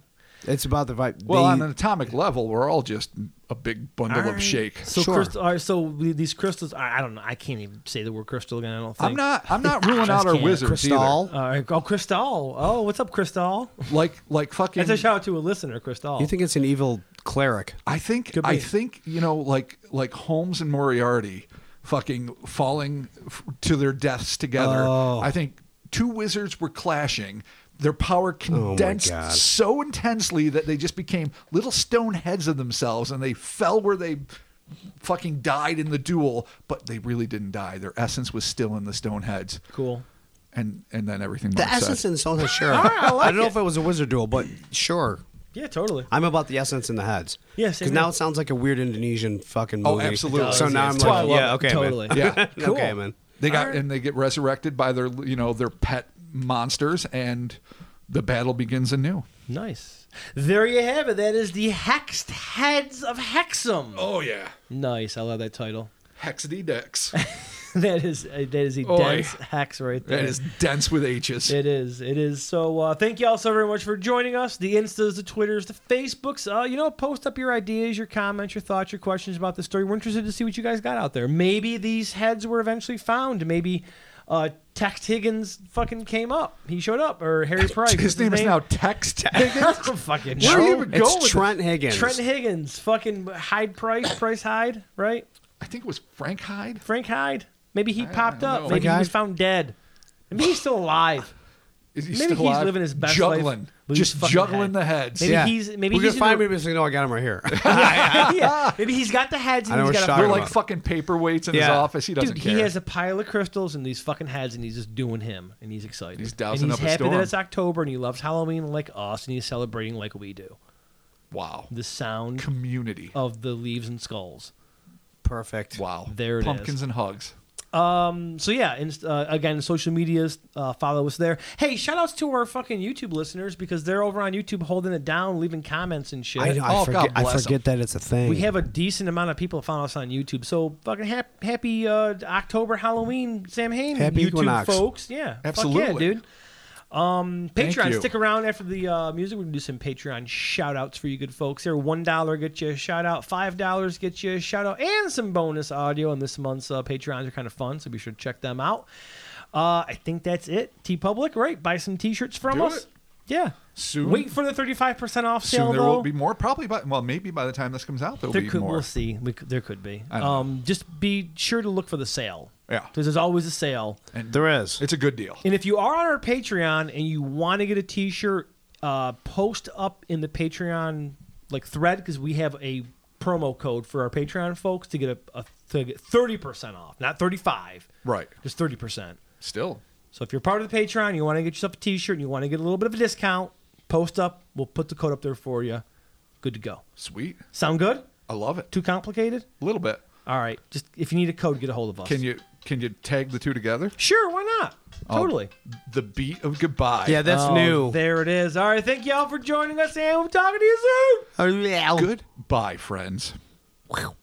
A: It's about the vibe.
B: Well, on
A: the,
B: an atomic level, we're all just a big bundle
C: All
B: of
C: right.
B: shake.
C: So
A: Sure.
C: crystal, all right, so these crystals. I, I don't know. I can't even say the word crystal again. I don't think.
B: I'm not. I'm not ruling out our
C: can't.
B: wizards
A: crystal.
C: All right. Oh, Crystal. Oh, what's up, Crystal?
B: either. Like like fucking.
C: That's a shout out to a listener, Crystal.
A: You think it's an evil cleric?
B: I think
C: Could
B: I
C: be.
B: think you know like like Holmes and Moriarty, fucking falling f- to their deaths together.
C: Oh.
B: I think two wizards were clashing. Their power
C: Oh
B: condensed
A: God.
B: so intensely that they just became little stone heads of themselves, and they fell where they fucking died in the duel. But they really didn't die. Their essence was still in the stone heads,
C: cool?
B: and and then everything.
A: The
B: Mark said.
A: essence in Sona, sure.
C: I like
A: don't know if it was a wizard duel, but sure.
C: Yeah, totally.
A: I'm about the essence in the heads.
C: Yeah, same
A: because now
C: here.
A: it sounds like a weird Indonesian fucking
B: Oh,
A: movie.
B: absolutely.
A: So
B: It
A: now I'm
B: does,
A: like,
B: yes. Well, I
A: yeah,
C: love it.
A: okay,
C: Totally.
A: man.
B: Yeah.
C: Cool.
A: okay, man.
B: They got
C: Alright.
B: and they get resurrected by their you know their pet monsters, and the battle begins anew.
C: Nice. There you have it. That is the hexed heads of Hexum.
B: Oh yeah,
C: Nice. I love that title.
B: hexady decks.
C: that is uh, that is a
B: Oy.
C: dense hex right there.
B: that is dense with H's.
C: It is. It is. So uh, thank you all so very much for joining us. The Instas, the Twitters, the Facebooks. Uh, you know, post up your ideas, your comments, your thoughts, your questions about the story. We're interested to see what you guys got out there. Maybe these heads were eventually found. Maybe uh, Tex Higgins fucking came up. He showed up, or Harry Price.
B: His name is now Text.
C: fucking
B: Where are
C: know.
B: you even going?
A: It's
B: with
A: Trent Higgins.
C: Trent Higgins, fucking Hyde Price, Price Hyde, right?
B: I think it was Frank Hyde.
C: Frank Hyde. Maybe he
B: I
C: popped
B: don't
C: up.
B: know.
C: Maybe he
A: Frank
C: was
A: Hyde?
C: found dead. Maybe he's still alive.
B: Is he
C: Maybe
B: still
C: he's
B: alive?
C: living his best life
B: juggling,
C: with his
B: just
C: fucking
B: juggling
C: head.
B: the heads.
C: Maybe he's- maybe
A: We're
C: he's
A: gonna find
C: in
A: me and say, no, I got him right here.
C: yeah. Maybe he's got the heads
A: I
C: and
A: know
C: he's
A: we're
C: got a
A: shocked.
B: They're
A: Talking
B: like
A: about-
B: fucking paperweights in his
A: Yeah.
B: office. He doesn't
C: Dude,
B: care.
C: he has a pile of crystals and these fucking heads, and he's just doing him, and he's excited.
B: He's dousing
C: and
B: up
C: he's
B: a
C: happy
B: storm.
C: that it's October, and he loves Halloween like us, and he's celebrating like we do.
B: wow,
C: The Oh, sound
B: community.
C: of the leaves and skulls.
A: Perfect.
B: Wow,
C: There it is.
B: pumpkins and hugs.
C: Um, so yeah, and, uh, again, social medias, uh, follow us there. Hey, shout outs to our fucking YouTube listeners because they're over on YouTube holding it down, leaving comments and shit.
A: I know.
B: Oh,
A: I forget,
B: God
A: I
B: bless
A: forget that it's a thing.
C: We have a decent amount of people that found us on YouTube. So fucking hap- happy uh, October Halloween, Sam Hain,
A: Happy
C: YouTube
A: equinox.
C: folks. Yeah, fuck
B: Absolutely.
C: yeah, dude. Um,
B: Thank
C: Patreon,
B: you.
C: stick around after the uh, music. We're gonna do some Patreon shout outs for you good folks here. One dollar gets you a shout out, five dollars gets you a shout out, and some bonus audio. And this month's uh, Patreons are kind of fun, so be sure to check them out. Uh, I think that's it. T Public, right? Buy some t shirts from
B: Do
C: us.
B: it.
C: Yeah.
B: Soon-
C: Wait for the 35% off sale.
B: Soon there
C: though
B: will be more. Probably by well, maybe by the time this comes out, there'll
C: there
B: be
C: could
B: more.
C: we'll see we, could- there could be
B: I don't know.
C: um just be sure to look for the sale
B: Yeah.
C: because there's always a sale
B: And
A: There is.
B: It's a good deal.
C: and if you are on our patreon and you want to get a t-shirt uh post up in the patreon like thread because we have a promo code for our patreon folks to get a, a to get 30% off not 35
B: Right.
C: just 30%
B: Still.
C: So if you're part of the Patreon, you want to get yourself a T-shirt, and you want to get a little bit of a discount, post up. We'll put the code up there for you. Good to go.
B: Sweet.
C: Sound good?
B: I love it.
C: Too complicated?
B: A little bit.
C: All right. Just if you need a code, get a hold of us.
B: Can you can you tag the two together?
C: Sure. Why not? Totally.
B: The beat of goodbye.
A: Yeah, that's
C: Oh,
A: new.
C: There it is. All right. Thank y'all for joining us, and we'll be talking to you soon.
B: Oh, Goodbye, friends. Feel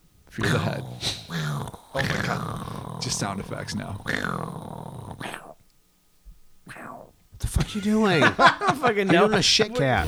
B: the head. Oh my god. Just sound effects now.
A: What the fuck you doing?
C: I don't fucking
A: You're
C: know.
A: doing a shit cat.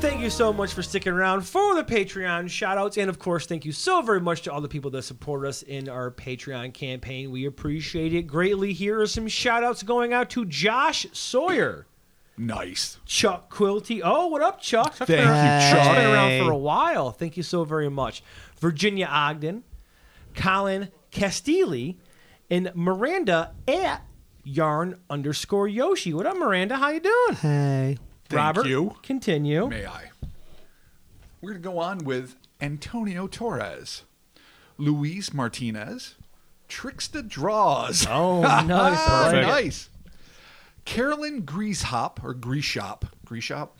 C: Thank you so much for sticking around for the Patreon shout outs. And of course, thank you so very much to all the people that support us in our Patreon campaign. We appreciate it greatly. Here are some shout outs going out to Josh Sawyer,
B: Nice.
C: Chuck Quilty. Oh, what up, Chuck? Chuck's
B: Thank
C: been around,
B: you,
C: Chuck's
B: Chuck.
C: been around
A: Hey.
C: for a while. Thank you so very much. Virginia Ogden, Colin Castilli, and Miranda at yarn underscore Yoshi. What up, Miranda? How you doing?
A: Hey.
B: Thank
C: Robert,
B: you.
C: continue.
B: May I? We're going to go on with Antonio Torres, Luis Martinez, Tricksta Draws.
C: Oh, nice. I
B: Ah,
C: like it.
B: nice. Carolyn Greashop or Greeshop. Greeshop?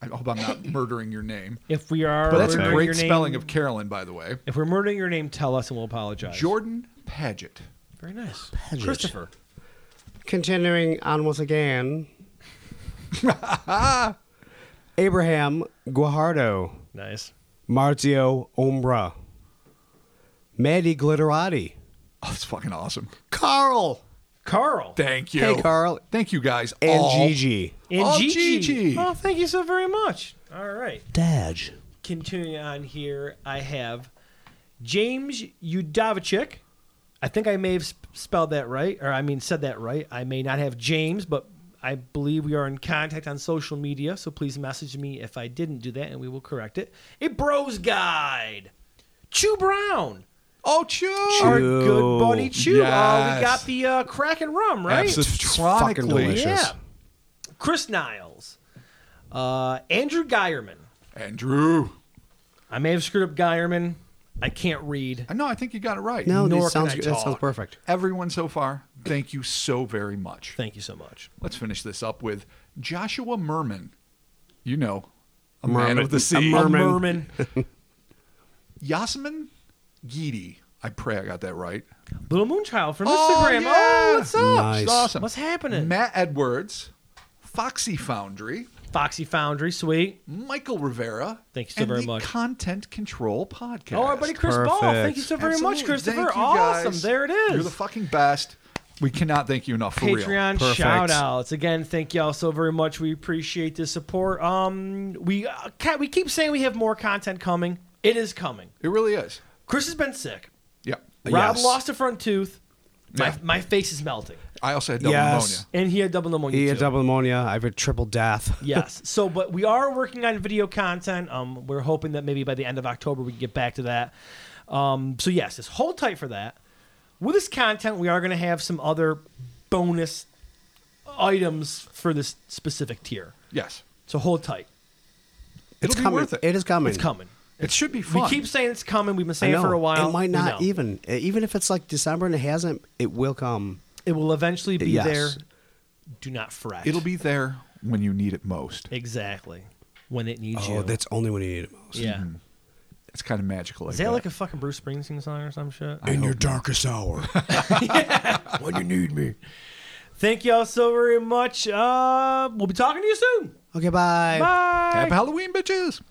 B: I hope I'm not murdering your name.
C: If we are,
B: But that's a
C: murdering
B: great
C: your name-
B: spelling of Carolyn, by the way.
C: If we're murdering your name, tell us and we'll apologize.
B: Jordan Paget.
C: Very nice, Christopher.
A: Continuing on once again. Abraham Guajardo,
C: Nice.
A: Marzio Ombra, Maddie Glitterati,
B: Oh, that's fucking awesome.
A: Carl,
C: Carl
B: Thank you.
A: Hey, Carl.
B: Thank you guys.
A: and
B: all.
A: Gigi.
C: and
B: Oh,
C: Gigi.
B: Gigi.
C: Oh, thank you so very much. All right.
A: Daj.
C: Continuing on here, I have James Udovichik. I think I may have sp- spelled that right, or I mean said that right. I may not have James, but I believe we are in contact on social media, so please message me if I didn't do that, and we will correct it. A Bros Guide, Chew Brown,
B: Oh, Chew.
C: our
A: Chew.
C: good buddy Chew. Uh, we
B: Yes.
C: got the uh, crack and rum, right?
A: Fucking
B: Absolutely.
A: delicious.
C: Yeah. Chris Niles, uh, Andrew Geierman.
B: Andrew.
C: I may have screwed up Geierman. I can't read.
B: I know. Uh, I think you got it right.
A: No,
C: Nor
A: that
C: can
A: sounds,
C: I
A: good. that sounds
C: talk.
A: perfect.
B: Everyone so far, thank you so very much.
C: Thank you so much.
B: Let's finish this up with Joshua Merman. You know, a man
A: Merman.
B: of the
A: A
B: sea.
A: mer- Merman.
C: Merman.
B: Yasmin Gidi. I pray I got that right.
C: Little Moonchild from
B: Oh,
C: Instagram.
B: yeah.
C: Oh, what's up?
A: Nice.
B: It's awesome.
C: What's happening?
B: Matt Edwards, Foxy Foundry,
C: Foxy Foundry, sweet.
B: Michael Rivera.
C: Thank you so
B: and
C: very
B: the
C: much.
B: Content Control Podcast.
C: Oh, our buddy Chris Ball.
A: Perfect.
C: Thank you so very much,
B: Absolutely.
C: Christopher.
B: Thank you,
C: awesome.
B: guys.
C: There it is.
B: You're the fucking best. We cannot thank you enough for real.
C: Patreon
A: Perfect.
C: shout outs. Again, thank y'all so very much. We appreciate the support. Um, we uh, ca- we keep saying we have more content coming. It is coming.
B: It really is.
C: Chris has been sick.
B: Yeah.
C: Rob
A: Yes.
C: lost a front tooth. My,
B: Yeah.
C: my face is melting.
B: I also had double
A: Yes.
C: And he had double pneumonia.
A: He had
C: too.
A: double pneumonia. I've had triple death.
C: yes. So, but we are working on video content. Um, we're hoping that maybe by the end of October we can get back to that. Um, so yes, just hold tight for that. With this content, we are going to have some other bonus items for this specific tier.
B: pneumonia. Yes.
C: So hold tight.
B: It'll
A: It's
B: be
A: coming.
B: worth it.
A: It is coming.
C: It's coming.
B: It should be
C: We
B: fun.
C: keep saying it's coming. We've been
A: I
C: saying it
A: know.
C: for a while.
A: It might
C: We
A: not
C: know.
A: even. eh, Even if it's like December and it hasn't, it will come.
C: It will eventually be
A: Yes.
C: there. Do not fret.
B: It'll be there when you need it most.
C: exactly when it needs you.
A: Oh, that's only when you need it most.
C: yeah.
B: It's kind of magical. Like
C: Is that like a fucking Bruce Springsteen song or some shit?
A: In your darkest hour. when you need me.
C: Thank y'all so very much. Uh, we'll be talking to you soon.
A: Okay, bye.
C: Bye.
B: Happy Halloween, bitches.